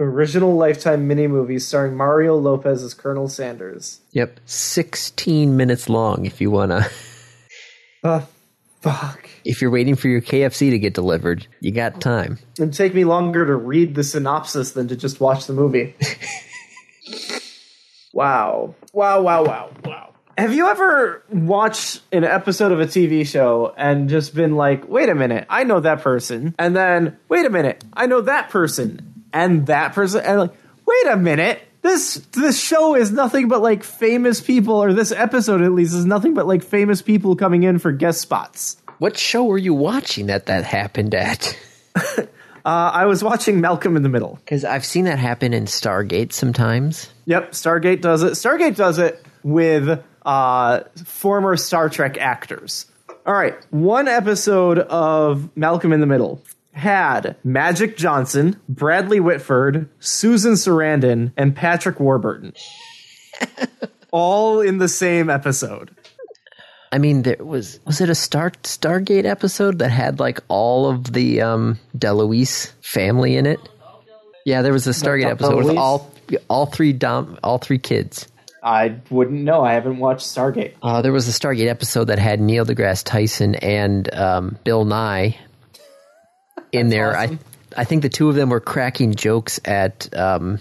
[SPEAKER 2] original Lifetime mini movie starring Mario Lopez as Colonel Sanders.
[SPEAKER 1] Yep, 16 minutes long if you want to
[SPEAKER 2] Uh, fuck.
[SPEAKER 1] if you're waiting for your KFC to get delivered, you got time.
[SPEAKER 2] It'd take me longer to read the synopsis than to just watch the movie. wow. Wow, wow, wow, wow. Have you ever watched an episode of a TV show and just been like, wait a minute, I know that person. And then, wait a minute, I know that person. And that person. And like, wait a minute. This this show is nothing but like famous people, or this episode at least is nothing but like famous people coming in for guest spots.
[SPEAKER 1] What show were you watching that that happened at?
[SPEAKER 2] Uh, I was watching Malcolm in the Middle.
[SPEAKER 1] Cuz I've seen that happen in Stargate sometimes.
[SPEAKER 2] Yep, Stargate does it. Stargate does it with uh, former Star Trek actors. All right, one episode of Malcolm in the Middle had Magic Johnson, Bradley Whitford, Susan Sarandon, and Patrick Warburton. All in the same episode.
[SPEAKER 1] I mean, there was was it a Star Stargate episode that had like all of the um, Deloise family in it? Yeah, there was a Stargate episode with
[SPEAKER 2] Deloise?
[SPEAKER 1] all all three dom all three kids.
[SPEAKER 2] I wouldn't know. I haven't watched Stargate.
[SPEAKER 1] Uh, there was a Stargate episode that had Neil deGrasse Tyson and um, Bill Nye in there. I I think the two of them were cracking jokes at um,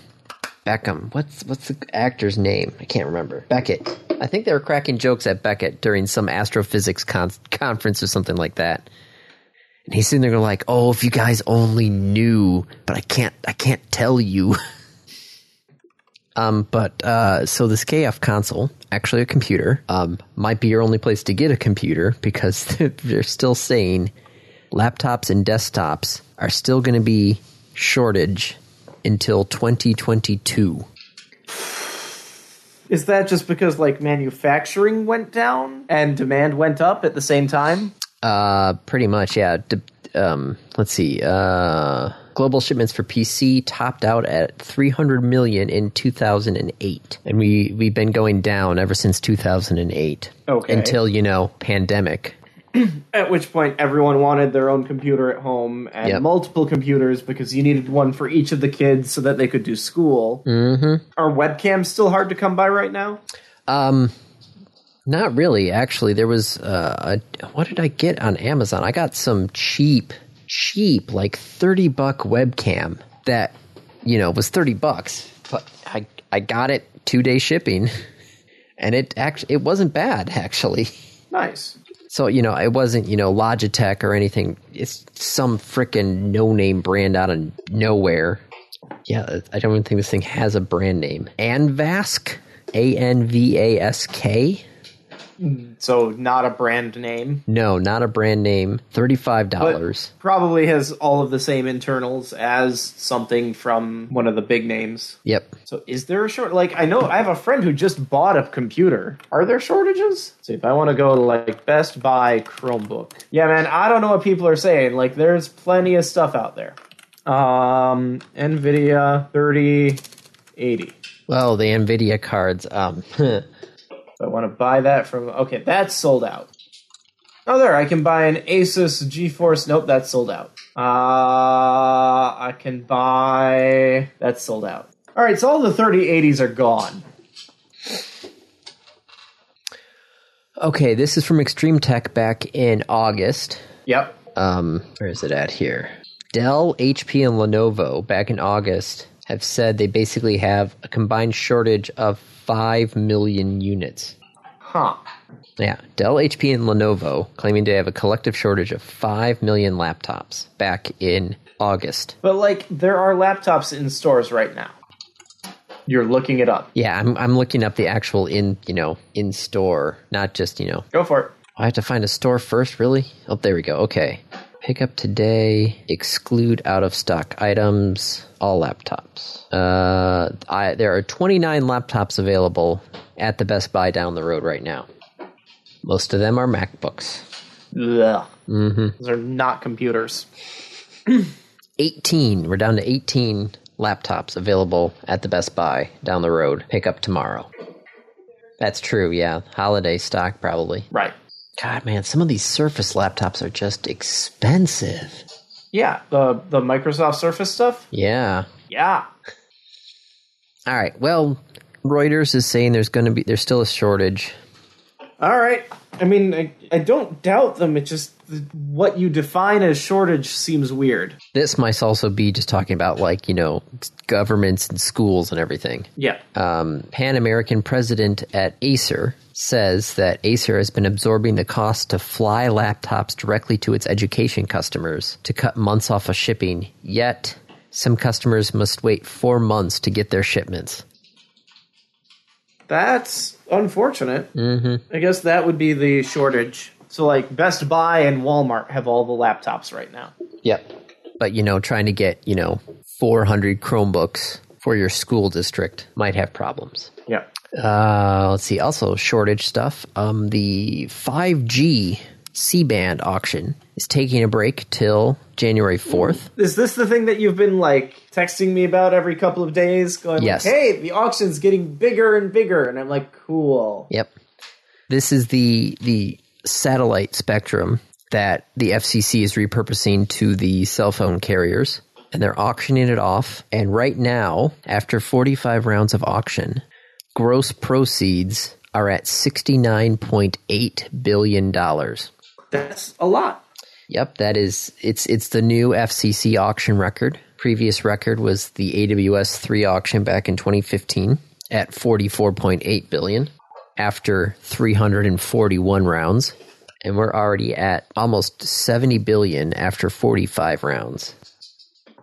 [SPEAKER 1] Beckham. What's what's the actor's name? I can't remember. Beckett. I think they were cracking jokes at Beckett during some astrophysics con- conference or something like that. And he's sitting there going like, "Oh, if you guys only knew, but I can't, I can't tell you." Um, but uh, so this KF console, actually a computer, um, might be your only place to get a computer because they're still saying laptops and desktops are still going to be shortage until 2022.
[SPEAKER 2] Is that just because like manufacturing went down and demand went up at the same time?
[SPEAKER 1] Uh, pretty much, yeah. D- um, let's see. Uh, global shipments for PC topped out at 300 million in 2008, and we we've been going down ever since 2008.
[SPEAKER 2] Okay.
[SPEAKER 1] Until you know pandemic.
[SPEAKER 2] At which point everyone wanted their own computer at home and
[SPEAKER 1] Yep.
[SPEAKER 2] multiple computers because you needed one for each of the kids so that they could do school. Mm-hmm. Are webcams still hard to come by right now?
[SPEAKER 1] Not really, actually. There was uh, a, what did I get on Amazon? I got some cheap, cheap, like thirty buck webcam that you know was thirty bucks, but I I got it two day shipping, and it actually it wasn't bad actually.
[SPEAKER 2] Nice.
[SPEAKER 1] So you know it wasn't you know Logitech or anything. It's some freaking no name brand out of nowhere. Yeah, I don't even think this thing has a brand name. Anvask, A N V A S K.
[SPEAKER 2] So not a brand name.
[SPEAKER 1] No, not a brand name. Thirty-five dollars.
[SPEAKER 2] Probably has all of the same internals as something from one of the big names.
[SPEAKER 1] Yep.
[SPEAKER 2] So is there a short like I know I have a friend who just bought a computer. Are there shortages? See if I want to go to like Best Buy Chromebook. Yeah, man, I don't know what people are saying. Like there's plenty of stuff out there. Um Nvidia 3080.
[SPEAKER 1] Well, the Nvidia cards. Um,
[SPEAKER 2] So I want to buy that from Okay, that's sold out. Oh there, I can buy an Asus GeForce. Nope, that's sold out. Uh I can buy that's sold out. All right, so all the 3080s are gone.
[SPEAKER 1] okay, this is from Extreme Tech back in August.
[SPEAKER 2] Yep.
[SPEAKER 1] Um, where is it at here? Dell, HP, and Lenovo back in August have said they basically have a combined shortage of five million units.
[SPEAKER 2] Huh.
[SPEAKER 1] Yeah, Dell, HP, and Lenovo claiming to have a collective shortage of five million laptops back in August.
[SPEAKER 2] But like, there are laptops in stores right now. You're looking it up.
[SPEAKER 1] Yeah, I'm I'm looking up the actual in you know in store, not just you know.
[SPEAKER 2] Go for it.
[SPEAKER 1] I have to find a store first, really. Oh, there we go. Okay, pick up today. Exclude out of stock items. All laptops. Uh, I there are 29 laptops available at the Best Buy down the road right now. Most of them are MacBooks.
[SPEAKER 2] Ugh. Those are not computers.
[SPEAKER 1] 18. We're down to 18 laptops available at the Best Buy down the road. Pick up tomorrow. That's true. Yeah, holiday stock probably.
[SPEAKER 2] Right.
[SPEAKER 1] God, man, some of these Surface laptops are just expensive.
[SPEAKER 2] Yeah. The the Microsoft Surface stuff.
[SPEAKER 1] Yeah.
[SPEAKER 2] Yeah.
[SPEAKER 1] All right. Well, Reuters is saying there's going to be there's still a shortage.
[SPEAKER 2] All right. I mean, I, I don't doubt them. It just what you define as shortage seems weird.
[SPEAKER 1] This might also be just talking about like you know governments and schools and everything.
[SPEAKER 2] Yeah.
[SPEAKER 1] Um, Pan American president at Acer says that Acer has been absorbing the cost to fly laptops directly to its education customers to cut months off of shipping. Yet some customers must wait four months to get their shipments.
[SPEAKER 2] That's unfortunate. Mm-hmm. I guess that would be the shortage. So like Best Buy and Walmart have all the laptops right now.
[SPEAKER 1] Yep. But you know, trying to get you know 400 Chromebooks for your school district might have problems.
[SPEAKER 2] Yeah.
[SPEAKER 1] Uh, let's see. Also, shortage stuff. Um, the 5G C band auction is taking a break till January 4th.
[SPEAKER 2] Is this the thing that you've been like texting me about every couple of days? Going,
[SPEAKER 1] Yes.
[SPEAKER 2] like, hey, the auction's getting bigger and bigger, and I'm like, cool.
[SPEAKER 1] Yep. This is the the satellite spectrum that the FCC is repurposing to the cell phone carriers and they're auctioning it off and right now after 45 rounds of auction gross proceeds are at 69.8 billion dollars.
[SPEAKER 2] That's a lot.
[SPEAKER 1] Yep, that is it's it's the new FCC auction record. Previous record was the AWS 3 auction back in 2015 at 44.8 billion after 341 rounds and we're already at almost 70 billion after 45 rounds.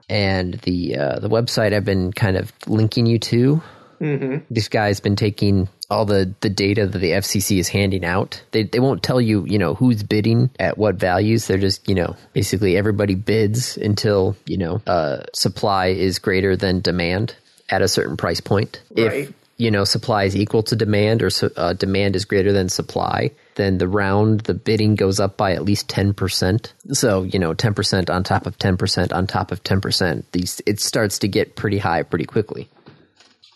[SPEAKER 1] And the uh, the website I've been kind of linking you to this guy's been taking all the, the data that the FCC is handing out. They, they won't tell you, you know, who's bidding at what values. They're just, you know, basically everybody bids until, you know, uh, supply is greater than demand at a certain price point.
[SPEAKER 2] Right.
[SPEAKER 1] If, you know, supply is equal to demand or su- uh, demand is greater than supply, then the round, the bidding goes up by at least 10%. So, you know, 10% on top of 10% on top of 10%. These, it starts to get pretty high pretty quickly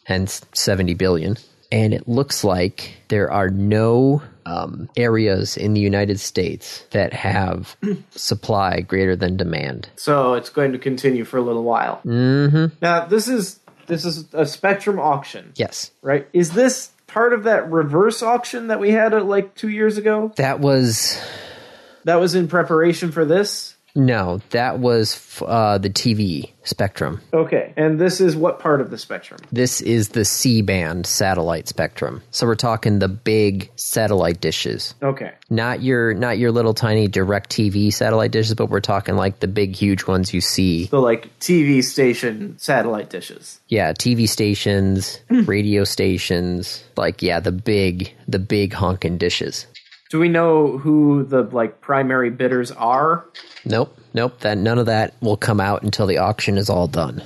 [SPEAKER 1] hence 70 billion. And it looks like there are no um, areas in the United States that have supply greater than demand.
[SPEAKER 2] So it's going to continue for a little while. Mm-hmm. Now this is this is a spectrum auction,
[SPEAKER 1] Yes.
[SPEAKER 2] right? Is this part of that reverse auction that we had uh, like two years ago?
[SPEAKER 1] That was,
[SPEAKER 2] That was in preparation for this.
[SPEAKER 1] no, that was f- uh, the TV spectrum.
[SPEAKER 2] Okay, and this is what part of the spectrum?
[SPEAKER 1] This is the C band satellite spectrum. So we're talking the big satellite dishes.
[SPEAKER 2] Okay,
[SPEAKER 1] Not your not your little tiny direct TV satellite dishes, but we're talking like the big huge ones you see
[SPEAKER 2] so like TV station satellite dishes.
[SPEAKER 1] yeah tv stations radio stations like yeah the big the big honking dishes
[SPEAKER 2] Do we know who the like primary bidders are?
[SPEAKER 1] nope nope that none of that will come out until the auction is all done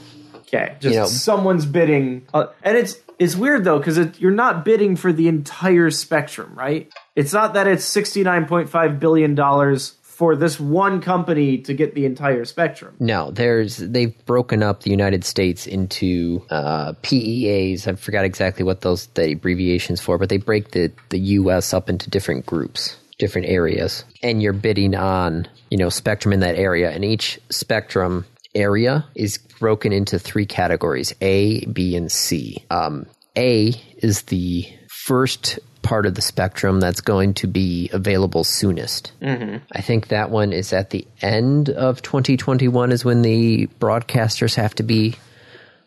[SPEAKER 2] Okay, just
[SPEAKER 1] You know-
[SPEAKER 2] someone's bidding, uh, and it's it's weird though because you're not bidding for the entire spectrum, right? It's not that it's sixty nine point five billion dollars for this one company to get the entire spectrum.
[SPEAKER 1] no there's they've broken up the united states into uh, peas i forgot exactly what those the abbreviations for but they break the the us up into different groups different areas and you're bidding on you know spectrum in that area and each spectrum area is broken into three categories A, B, and C. Um, a is the first part of the spectrum that's going to be available soonest. Mm-hmm. I think that one is at the end of 2021, is when the broadcasters have to be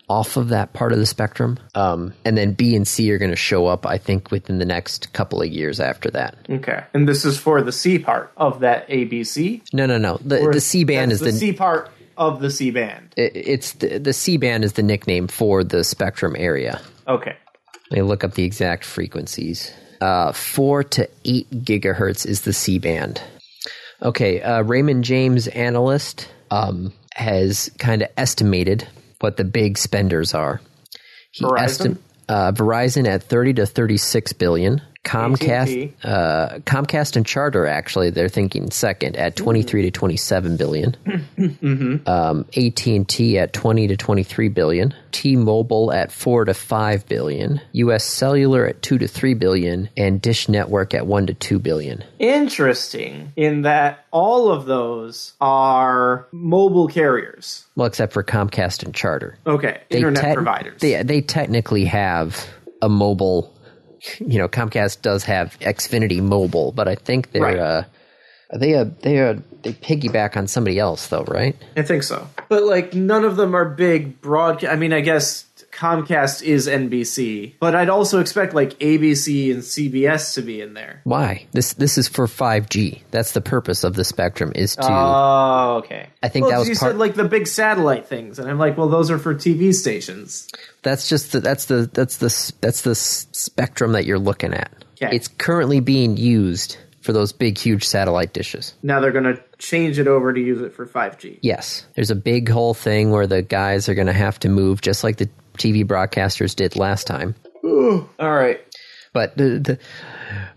[SPEAKER 1] off of that part of the spectrum. Um, and then B and C are going to show up, I think, within the next couple of years after that.
[SPEAKER 2] Okay, and this is for the C part of that ABC.
[SPEAKER 1] No, no, no. The, the C band is
[SPEAKER 2] That's
[SPEAKER 1] the,
[SPEAKER 2] C part of the C band.
[SPEAKER 1] it- it's the, the C band is the nickname for the spectrum area.
[SPEAKER 2] Okay,
[SPEAKER 1] Let me look up the exact frequencies. Uh, four to eight gigahertz is the C band. Okay, uh, Raymond James analyst um, has kind of estimated what the big spenders are. He
[SPEAKER 2] Verizon?
[SPEAKER 1] uh, Verizon at thirty to thirty-six billion. Comcast,
[SPEAKER 2] AT&T.
[SPEAKER 1] uh, Comcast and Charter actually they're thinking second at twenty-three to twenty-seven billion. um, AT&T at 20 to 23 billion, T-Mobile at 4 to 5 billion, US Cellular at 2 to 3 billion and Dish Network at 1 to 2 billion.
[SPEAKER 2] interesting in that all of those are mobile carriers.
[SPEAKER 1] Well, except for Comcast and Charter.
[SPEAKER 2] Okay, internet
[SPEAKER 1] tec-
[SPEAKER 2] providers.
[SPEAKER 1] They they technically have a mobile you know, Comcast does have Xfinity Mobile, but I think they're
[SPEAKER 2] Right.
[SPEAKER 1] uh are they uh they are they piggyback on somebody else though, right?
[SPEAKER 2] I think so. But like none of them are big broadcast. I mean, I guess Comcast is NBC, but I'd also expect like ABC and CBS to be in there.
[SPEAKER 1] Why? This this is for 5G. That's the purpose of the spectrum is to
[SPEAKER 2] Oh, okay.
[SPEAKER 1] I think
[SPEAKER 2] well,
[SPEAKER 1] that was
[SPEAKER 2] you
[SPEAKER 1] part-
[SPEAKER 2] said like the big satellite things, and I'm like, well, those are for TV stations.
[SPEAKER 1] That's just the, that's the that's the that's the s- spectrum that you're looking at.
[SPEAKER 2] Okay.
[SPEAKER 1] It's currently being used for those big, huge satellite dishes.
[SPEAKER 2] Now they're going to change it over to use it for 5G.
[SPEAKER 1] Yes, there's a big whole thing where the guys are going to have to move, just like the TV broadcasters did last time.
[SPEAKER 2] All right.
[SPEAKER 1] But the, the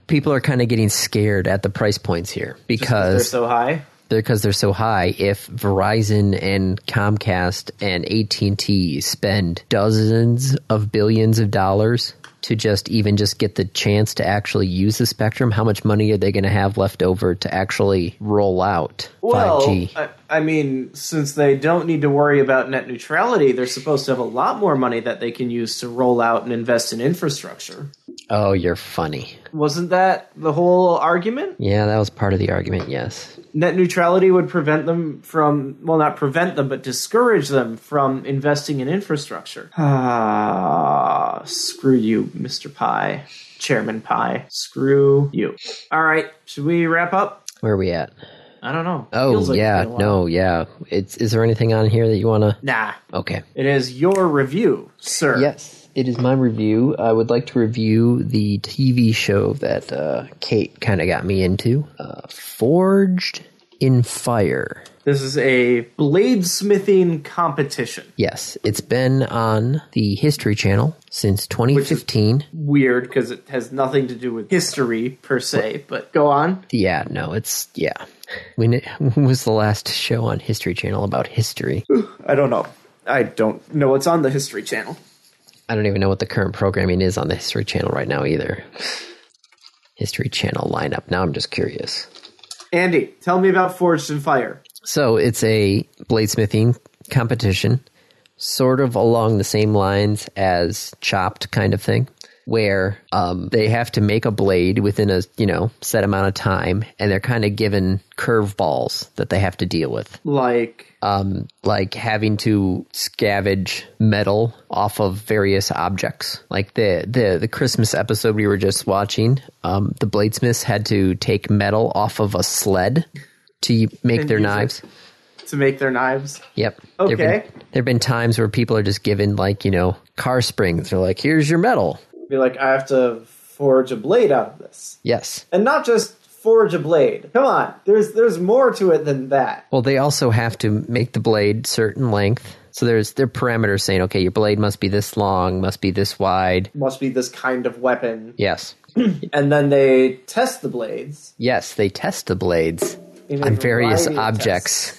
[SPEAKER 1] people are kind of getting scared at the price points here
[SPEAKER 2] They're
[SPEAKER 1] because
[SPEAKER 2] so high.
[SPEAKER 1] because they're so high if verizon and comcast and at&t spend dozens of billions of dollars to just even just get the chance to actually use the spectrum how much money are they going to have left over to actually roll out 5g
[SPEAKER 2] Well, I, I mean, since they don't need to worry about net neutrality, they're supposed to have a lot more money that they can use to roll out and invest in infrastructure.
[SPEAKER 1] oh you're funny
[SPEAKER 2] Wasn't that the whole argument?
[SPEAKER 1] yeah that was part of the argument yes
[SPEAKER 2] Net neutrality would prevent them from, well, not prevent them, but discourage them from investing in infrastructure. Ah, screw you, Mr. Pie. Chairman Pie. Screw you. All right, should we wrap up?
[SPEAKER 1] where are we at
[SPEAKER 2] I don't know.
[SPEAKER 1] oh
[SPEAKER 2] Feels like it's
[SPEAKER 1] yeah
[SPEAKER 2] been a while.
[SPEAKER 1] no yeah it's is there anything on here that you want to
[SPEAKER 2] Nah,
[SPEAKER 1] okay
[SPEAKER 2] it is your review, sir.
[SPEAKER 1] Yes, it is my review. I would like to review the TV show that uh, Kate kind of got me into uh, Forged in Fire.
[SPEAKER 2] This is a bladesmithing competition.
[SPEAKER 1] Yes, it's been on the History Channel since 2015.
[SPEAKER 2] Weird because it has nothing to do with history per se, but go on.
[SPEAKER 1] yeah, no, it's yeah. When, it, when was the last show on History Channel about history?
[SPEAKER 2] I don't know. I don't know what's on the History Channel.
[SPEAKER 1] I don't even know what the current programming is on the History Channel right now either. History Channel lineup. Now I'm just curious.
[SPEAKER 2] Andy, tell me about Forged in Fire.
[SPEAKER 1] So it's a bladesmithing competition, sort of along the same lines as Chopped kind of thing, where um, they have to make a blade within a you know set amount of time, and they're kind of given curveballs that they have to deal with,
[SPEAKER 2] Like,
[SPEAKER 1] um, like having to scavenge metal off of various objects. Like the the the Christmas episode we were just watching, um, the bladesmiths had to take metal off of a sled to make
[SPEAKER 2] And
[SPEAKER 1] their
[SPEAKER 2] use it.
[SPEAKER 1] knives.
[SPEAKER 2] to make their knives.
[SPEAKER 1] Yep. There
[SPEAKER 2] Okay.
[SPEAKER 1] have been, there've been times where people are just given, like, you know, car springs. They're like, here's your metal.
[SPEAKER 2] Be like, I have to forge a blade out of this.
[SPEAKER 1] Yes.
[SPEAKER 2] And not just forge a blade. Come on, there's there's more to it than that.
[SPEAKER 1] Well, they also have to make the blade certain length. So there's their parameters saying, okay, your blade must be this long, must be this wide.
[SPEAKER 2] Must be this kind of weapon.
[SPEAKER 1] Yes.
[SPEAKER 2] And then they test the blades
[SPEAKER 1] Yes, they test the blades
[SPEAKER 2] in a
[SPEAKER 1] on various
[SPEAKER 2] variety of tests.
[SPEAKER 1] objects.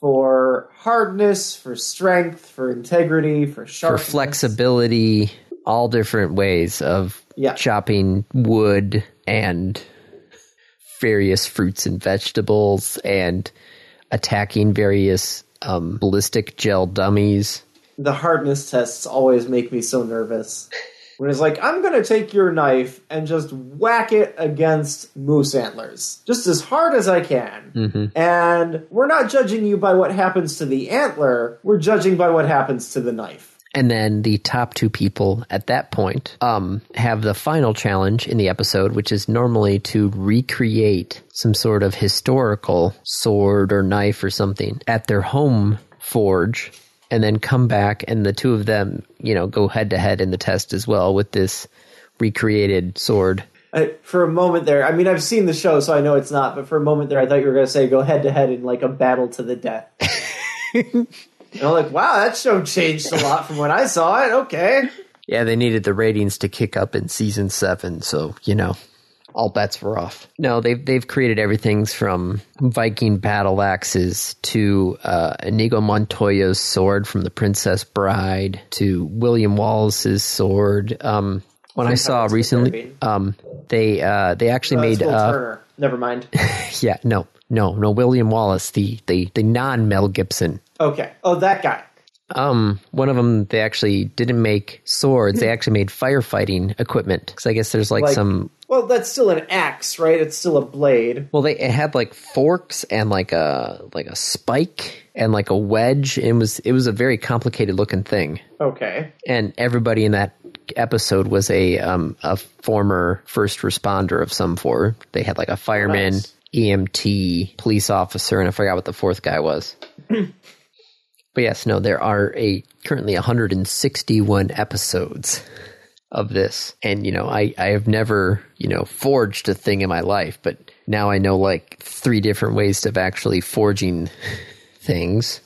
[SPEAKER 2] for hardness, for strength, for integrity, for
[SPEAKER 1] for
[SPEAKER 2] sharpness,
[SPEAKER 1] flexibility, all different ways of
[SPEAKER 2] Yeah.
[SPEAKER 1] chopping wood and various fruits and vegetables and attacking various um, ballistic gel dummies.
[SPEAKER 2] The hardness tests always make me so nervous. When it's like, I'm gonna take your knife and just whack it against moose antlers, just as hard as I can. And we're not judging you by what happens to the antler, we're judging by what happens to the knife.
[SPEAKER 1] And then the top two people at that point um, have the final challenge in the episode, which is normally to recreate some sort of historical sword or knife or something at their home forge, and then come back and the two of them, you know, go head to head in the test as well with this recreated sword.
[SPEAKER 2] I, for a moment there, I mean, I've seen the show, so I know it's not. But for a moment there, I thought you were going to say go head to head in like a battle to the death. and I'm like, wow, that show changed a lot from when I saw it. Okay,
[SPEAKER 1] Yeah, they needed the ratings to kick up in season seven, so you know, all bets were off. No, they've they've created everything from Viking battle axes to uh, Inigo Montoya's sword from The Princess Bride to William Wallace's sword. Um, when I saw
[SPEAKER 2] Pirates of the
[SPEAKER 1] recently,
[SPEAKER 2] Caribbean.
[SPEAKER 1] um, they uh, they actually
[SPEAKER 2] That's
[SPEAKER 1] made
[SPEAKER 2] Will
[SPEAKER 1] uh,
[SPEAKER 2] Turner. Never mind.
[SPEAKER 1] yeah no no no William Wallace the the the non Mel Gibson
[SPEAKER 2] Okay. Oh, that guy.
[SPEAKER 1] um, one of them they actually didn't make swords; they actually made firefighting equipment. Because I guess there's like,
[SPEAKER 2] Like-
[SPEAKER 1] some.
[SPEAKER 2] Well, that's still an axe, right? It's still a blade.
[SPEAKER 1] Well, they it had like forks and like a like a spike and like a wedge. It was it was a very complicated looking thing,
[SPEAKER 2] Okay.
[SPEAKER 1] and everybody in that episode was a um a former first responder of some form. They had like a fireman,
[SPEAKER 2] Nice.
[SPEAKER 1] EMT, police officer, and I forgot what the fourth guy was. But yes, no, there are a currently 161 episodes of this, and you know, I I have never you know forged a thing in my life, but now I know like three different ways of actually forging things.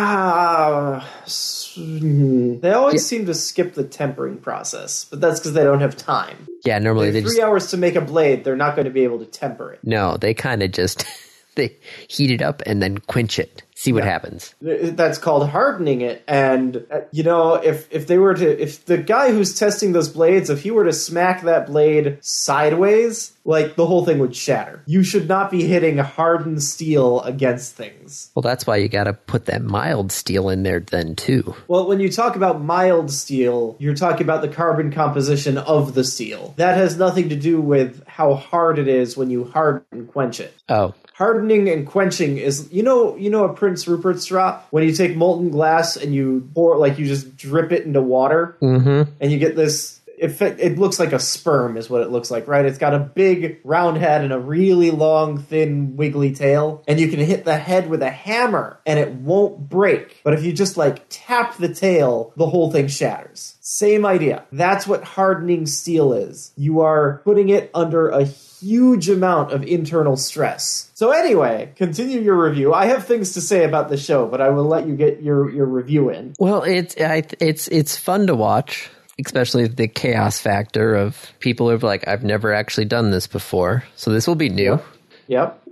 [SPEAKER 2] Yeah, s- mm, they always
[SPEAKER 1] Yeah.
[SPEAKER 2] seem to skip the tempering process, but that's because they don't have time.
[SPEAKER 1] Yeah, normally they
[SPEAKER 2] Three
[SPEAKER 1] just
[SPEAKER 2] hours to make a blade, they're not going to be able to temper it.
[SPEAKER 1] no, they kind of just they heat it up and then quench it. See what happens.
[SPEAKER 2] Th- That's called hardening it. And uh, you know, if if they were to, if the guy who's testing those blades, if he were to smack that blade sideways, like the whole thing would shatter. You should not be hitting hardened steel against things.
[SPEAKER 1] Well, that's why you got to put that mild steel in there then too.
[SPEAKER 2] Well, when you talk about mild steel, you're talking about the carbon composition of the steel. That has nothing to do with how hard it is when you harden and quench it.
[SPEAKER 1] Oh,
[SPEAKER 2] Hardening and quenching is you know you know a Prince Rupert's drop when you take molten glass and you pour like you just drip it into water
[SPEAKER 1] mm-hmm.
[SPEAKER 2] and you get this it, it looks like a sperm is what it looks like right it's got a big round head and a really long thin wiggly tail and you can hit the head with a hammer and it won't break but if you just like tap the tail the whole thing shatters same idea that's what hardening steel is you are putting it under a huge amount of internal stress so anyway continue your review i have things to say about the show but i will let you get your your review in
[SPEAKER 1] Well, it's I, it's it's fun to watch, especially the chaos factor of people who are like, I've never actually done this before, so this will be new.
[SPEAKER 2] yep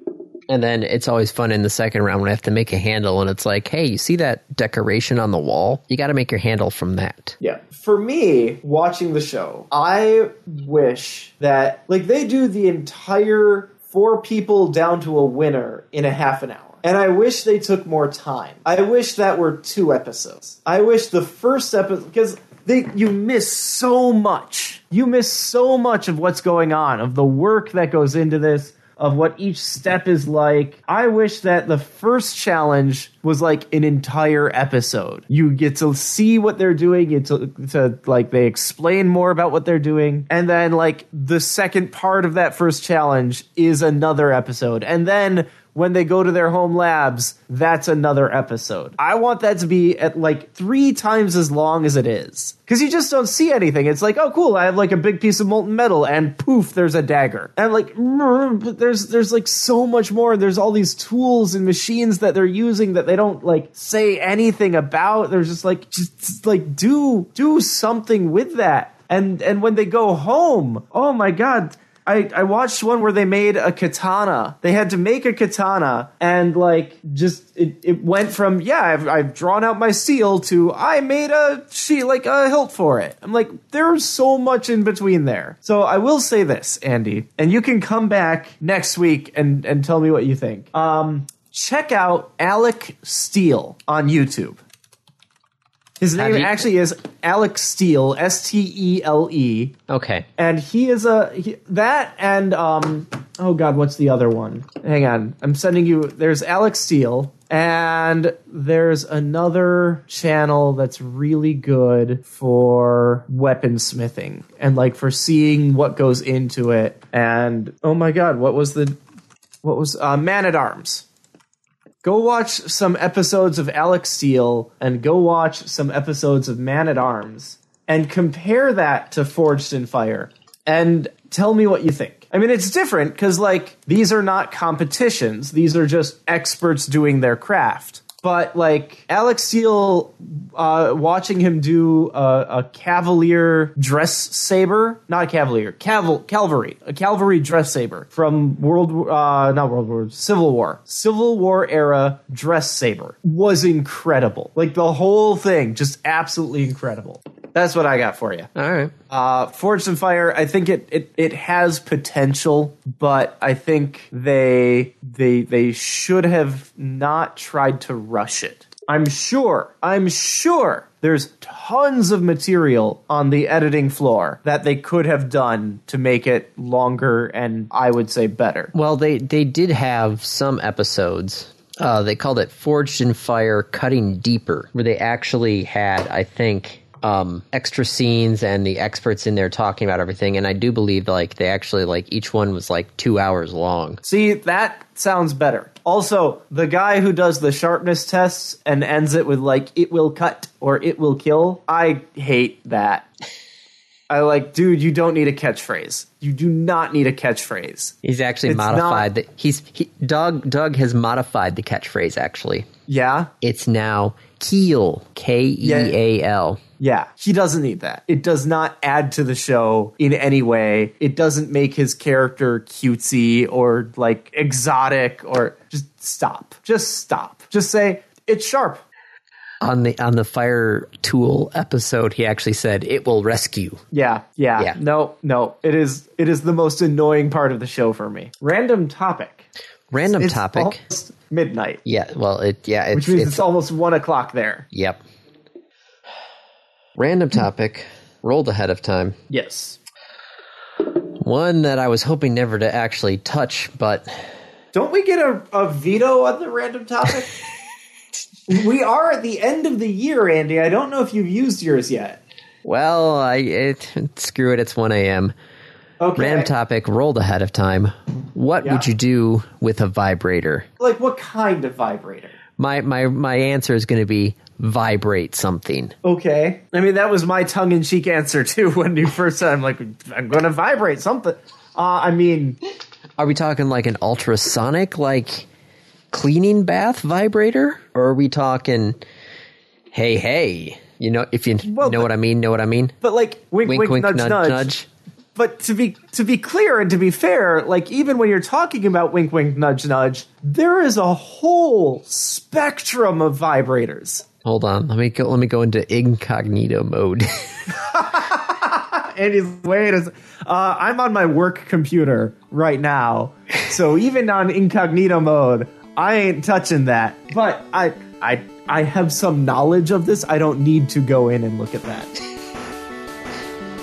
[SPEAKER 1] And then it's always fun in the second round when I have to make a handle, and it's like, hey, you see that decoration on the wall? You got to make your handle from that.
[SPEAKER 2] Yeah. For me, watching the show, I wish that, like, they do the entire four people down to a winner in a half an hour. And I wish they took more time. I wish that were two episodes. I wish the first episode, because they you miss so much. You miss so much of what's going on, of the work that goes into this, of what each step is like. I wish that the first challenge was like an entire episode. You get to see what they're doing, you to, to like they explain more about what they're doing, and then like the second part of that first challenge is another episode. And then when they go to their home labs, that's another episode. I want that to be at like three times as long as it is. Because you just don't see anything. It's like, oh, cool, I have like a big piece of molten metal, and poof, there's a dagger. And like, mm, but there's there's like so much more. There's all these tools and machines that they're using that they don't like say anything about. They're just like, just just, like do do something with that. And and when they go home, oh my god, I, I watched one where they made a katana. They had to make a katana and like just it, it went from yeah I've, I've drawn out my seal to I made a she like a hilt for it. I'm like there's so much in between there. So I will say this, Andy, and you can come back next week and and tell me what you think. Um, check out Alec Steele on YouTube. His
[SPEAKER 1] How
[SPEAKER 2] name
[SPEAKER 1] do you-
[SPEAKER 2] actually is Alec Steele, S T E L E
[SPEAKER 1] Okay.
[SPEAKER 2] and he is a he, that and um oh god what's the other one hang on i'm sending you there's alex steele and there's another channel that's really good for weaponsmithing and like for seeing what goes into it and oh my god what was the what was uh, man at arms go watch some episodes of Alex Steel and go watch some episodes of Man at Arms and compare that to Forged in Fire and tell me what you think. I mean, it's different because, like, these are not competitions, these are just experts doing their craft. But, like, Alex Steel, uh, watching him do a, a cavalier dress saber, not cavalier, caval- cavalry, a cavalry dress saber from World, War- uh, not World War, Civil War, Civil War era dress saber was incredible. Like the whole thing, just absolutely incredible. That's what I got for you.
[SPEAKER 1] All right.
[SPEAKER 2] Uh, Forged and Fire, I think it, it it has potential, but I think they they they should have not tried to rush it. I'm sure. I'm sure there's tons of material on the editing floor that they could have done to make it longer and I would say better.
[SPEAKER 1] Well, they they did have some episodes. Uh, they called it "Forged in Fire: Cutting Deeper," where they actually had, I think, um, extra scenes and the experts in there talking about everything. And I do believe, like, they actually like each one was like two hours long.
[SPEAKER 2] See, that sounds better. Also, the guy who does the sharpness tests and ends it with like it will cut or it will kill, I hate that. I like, dude, you don't need a catchphrase. You do not need a catchphrase.
[SPEAKER 1] He's actually
[SPEAKER 2] It's
[SPEAKER 1] modified
[SPEAKER 2] not-
[SPEAKER 1] the he's he, Doug Doug has modified the catchphrase actually.
[SPEAKER 2] Yeah?
[SPEAKER 1] It's now Keel K E A L.
[SPEAKER 2] Yeah. He doesn't need that. It does not add to the show in any way. It doesn't make his character cutesy or like exotic or just stop. Just stop. Just say, it's sharp.
[SPEAKER 1] On the on the fire tool episode, he actually said it will rescue.
[SPEAKER 2] Yeah, yeah,
[SPEAKER 1] Yeah.
[SPEAKER 2] No, no. It is it is the most annoying part of the show for me. Random topic.
[SPEAKER 1] Random
[SPEAKER 2] It's
[SPEAKER 1] topic.
[SPEAKER 2] almost midnight,
[SPEAKER 1] yeah, well, it yeah, it's
[SPEAKER 2] which means
[SPEAKER 1] it's,
[SPEAKER 2] it's, almost one o'clock there.
[SPEAKER 1] yep. Random topic rolled ahead of time.
[SPEAKER 2] Yes.
[SPEAKER 1] One that I was hoping never to actually touch, but
[SPEAKER 2] Don't we get a, a veto on the random topic? we are at the end of the year, Andy. I don't know if you've used yours yet.
[SPEAKER 1] well, I it, screw it. It's one a.m.
[SPEAKER 2] Okay.
[SPEAKER 1] Random topic rolled ahead of time. What
[SPEAKER 2] Yeah.
[SPEAKER 1] would you do with a vibrator?
[SPEAKER 2] Like what kind of vibrator?
[SPEAKER 1] My my my answer is going to be vibrate something.
[SPEAKER 2] Okay. I mean, that was my tongue in cheek answer too when you first said, I'm like, I'm going to vibrate something. Uh, I mean,
[SPEAKER 1] Are we talking like an ultrasonic like cleaning bath vibrator or are we talking hey hey, you know if you
[SPEAKER 2] Well,
[SPEAKER 1] know what I mean, know what I mean?
[SPEAKER 2] but like, wink,
[SPEAKER 1] Wink
[SPEAKER 2] wink,
[SPEAKER 1] wink,
[SPEAKER 2] nudge,
[SPEAKER 1] nudge,
[SPEAKER 2] nudge.
[SPEAKER 1] nudge.
[SPEAKER 2] But to be to be clear and to be fair, like even when you're talking about wink, wink, nudge, nudge, there is a whole spectrum of vibrators.
[SPEAKER 1] Hold on. Let me go let me go into incognito mode.
[SPEAKER 2] Andy's wait is uh, I'm on my work computer right now, so even on incognito mode, I ain't touching that. But I I I have some knowledge of this. I don't need to go in and look at that.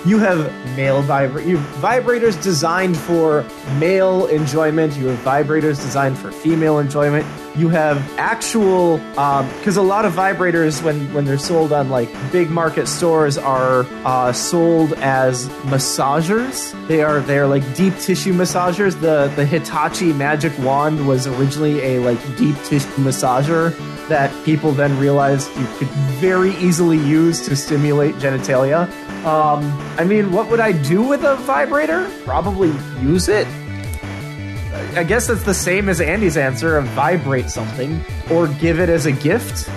[SPEAKER 2] You have male vibra- you have vibrators designed for male enjoyment. You have vibrators designed for female enjoyment. You have actual because a lot of vibrators when when they're sold on like big market stores are uh, sold as massagers. They are they're like deep tissue massagers. The the Hitachi Magic Wand was originally a like deep tissue massager that people then realized you could very easily use to stimulate genitalia. Um, I mean, what would I do with a vibrator? Probably use it. I guess it's the same as Andy's answer of vibrate something or give it as a gift.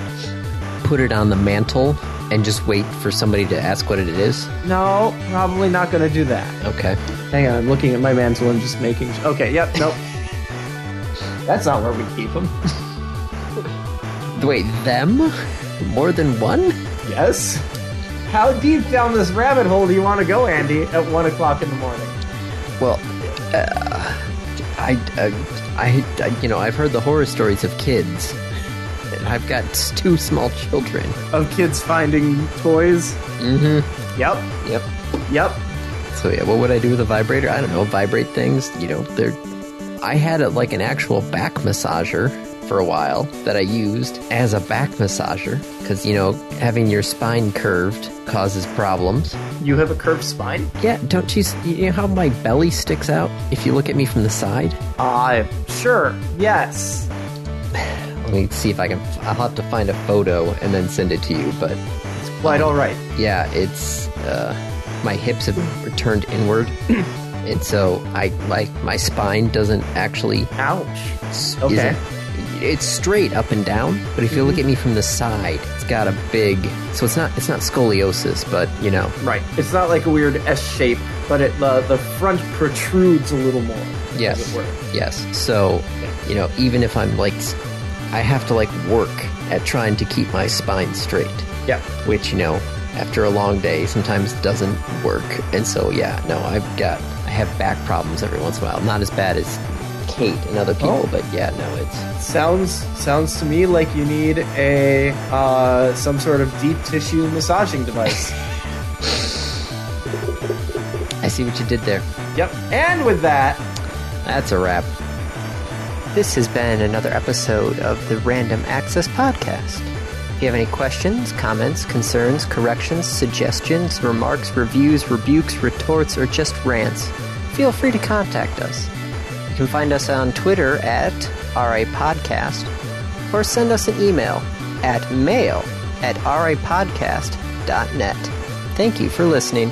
[SPEAKER 1] Put it on the mantle and just wait for somebody to ask what it is.
[SPEAKER 2] No, probably not going to do that.
[SPEAKER 1] Okay.
[SPEAKER 2] Hang on, I'm looking at my mantle and just making. Okay, yep, nope. That's not where we keep them.
[SPEAKER 1] Wait, them? More than one?
[SPEAKER 2] Yes. How deep down this rabbit hole do you want to go, Andy? At one o'clock in the morning.
[SPEAKER 1] Well, uh, I, uh, I, I, you know, I've heard the horror stories of kids. And I've got s- two small children.
[SPEAKER 2] Of kids finding toys. Mm-hmm. Yep.
[SPEAKER 1] Yep.
[SPEAKER 2] Yep.
[SPEAKER 1] So yeah, what would I do with a vibrator? I don't know. Vibrate things. You know, they're. I had a, like an actual back massager for a while that I used as a back massager because you know having your spine curved causes problems.
[SPEAKER 2] You have a curved spine?
[SPEAKER 1] Yeah, don't you? s- You know how my belly sticks out if you look at me from the side.
[SPEAKER 2] Uh, sure. Yes.
[SPEAKER 1] Let me see if I can. I'll have to find a photo and then send it to you. But
[SPEAKER 2] It's quite all right.
[SPEAKER 1] yeah, it's uh, my hips have turned inward, and so I like my spine doesn't actually.
[SPEAKER 2] Ouch.
[SPEAKER 1] s-
[SPEAKER 2] Okay. Mm-hmm.
[SPEAKER 1] isn't- it's straight up and down, but if you look at me from the side, it's got a big. So it's not it's not scoliosis, but you know,
[SPEAKER 2] Right. It's not like a weird S shape, but it the the front protrudes a little more.
[SPEAKER 1] yes,
[SPEAKER 2] As it were.
[SPEAKER 1] yes. So you know, even if I'm like, s- I have to like work at trying to keep my spine straight.
[SPEAKER 2] Yeah.
[SPEAKER 1] which you know after a long day sometimes doesn't work and so yeah no i've got i have back problems every once in a while not as bad as kate and other people
[SPEAKER 2] Oh.
[SPEAKER 1] but yeah no it's
[SPEAKER 2] Sounds sounds to me like you need a uh, some sort of deep tissue massaging device.
[SPEAKER 1] i see what you did there
[SPEAKER 2] yep. And with that,
[SPEAKER 1] that's a wrap this has been another episode of the random access podcast if you have any questions comments concerns corrections suggestions remarks reviews rebukes retorts or just rants feel free to contact us You can find us on Twitter at RAPodcast or send us an email at mail at rapodcast.net. Thank you for listening.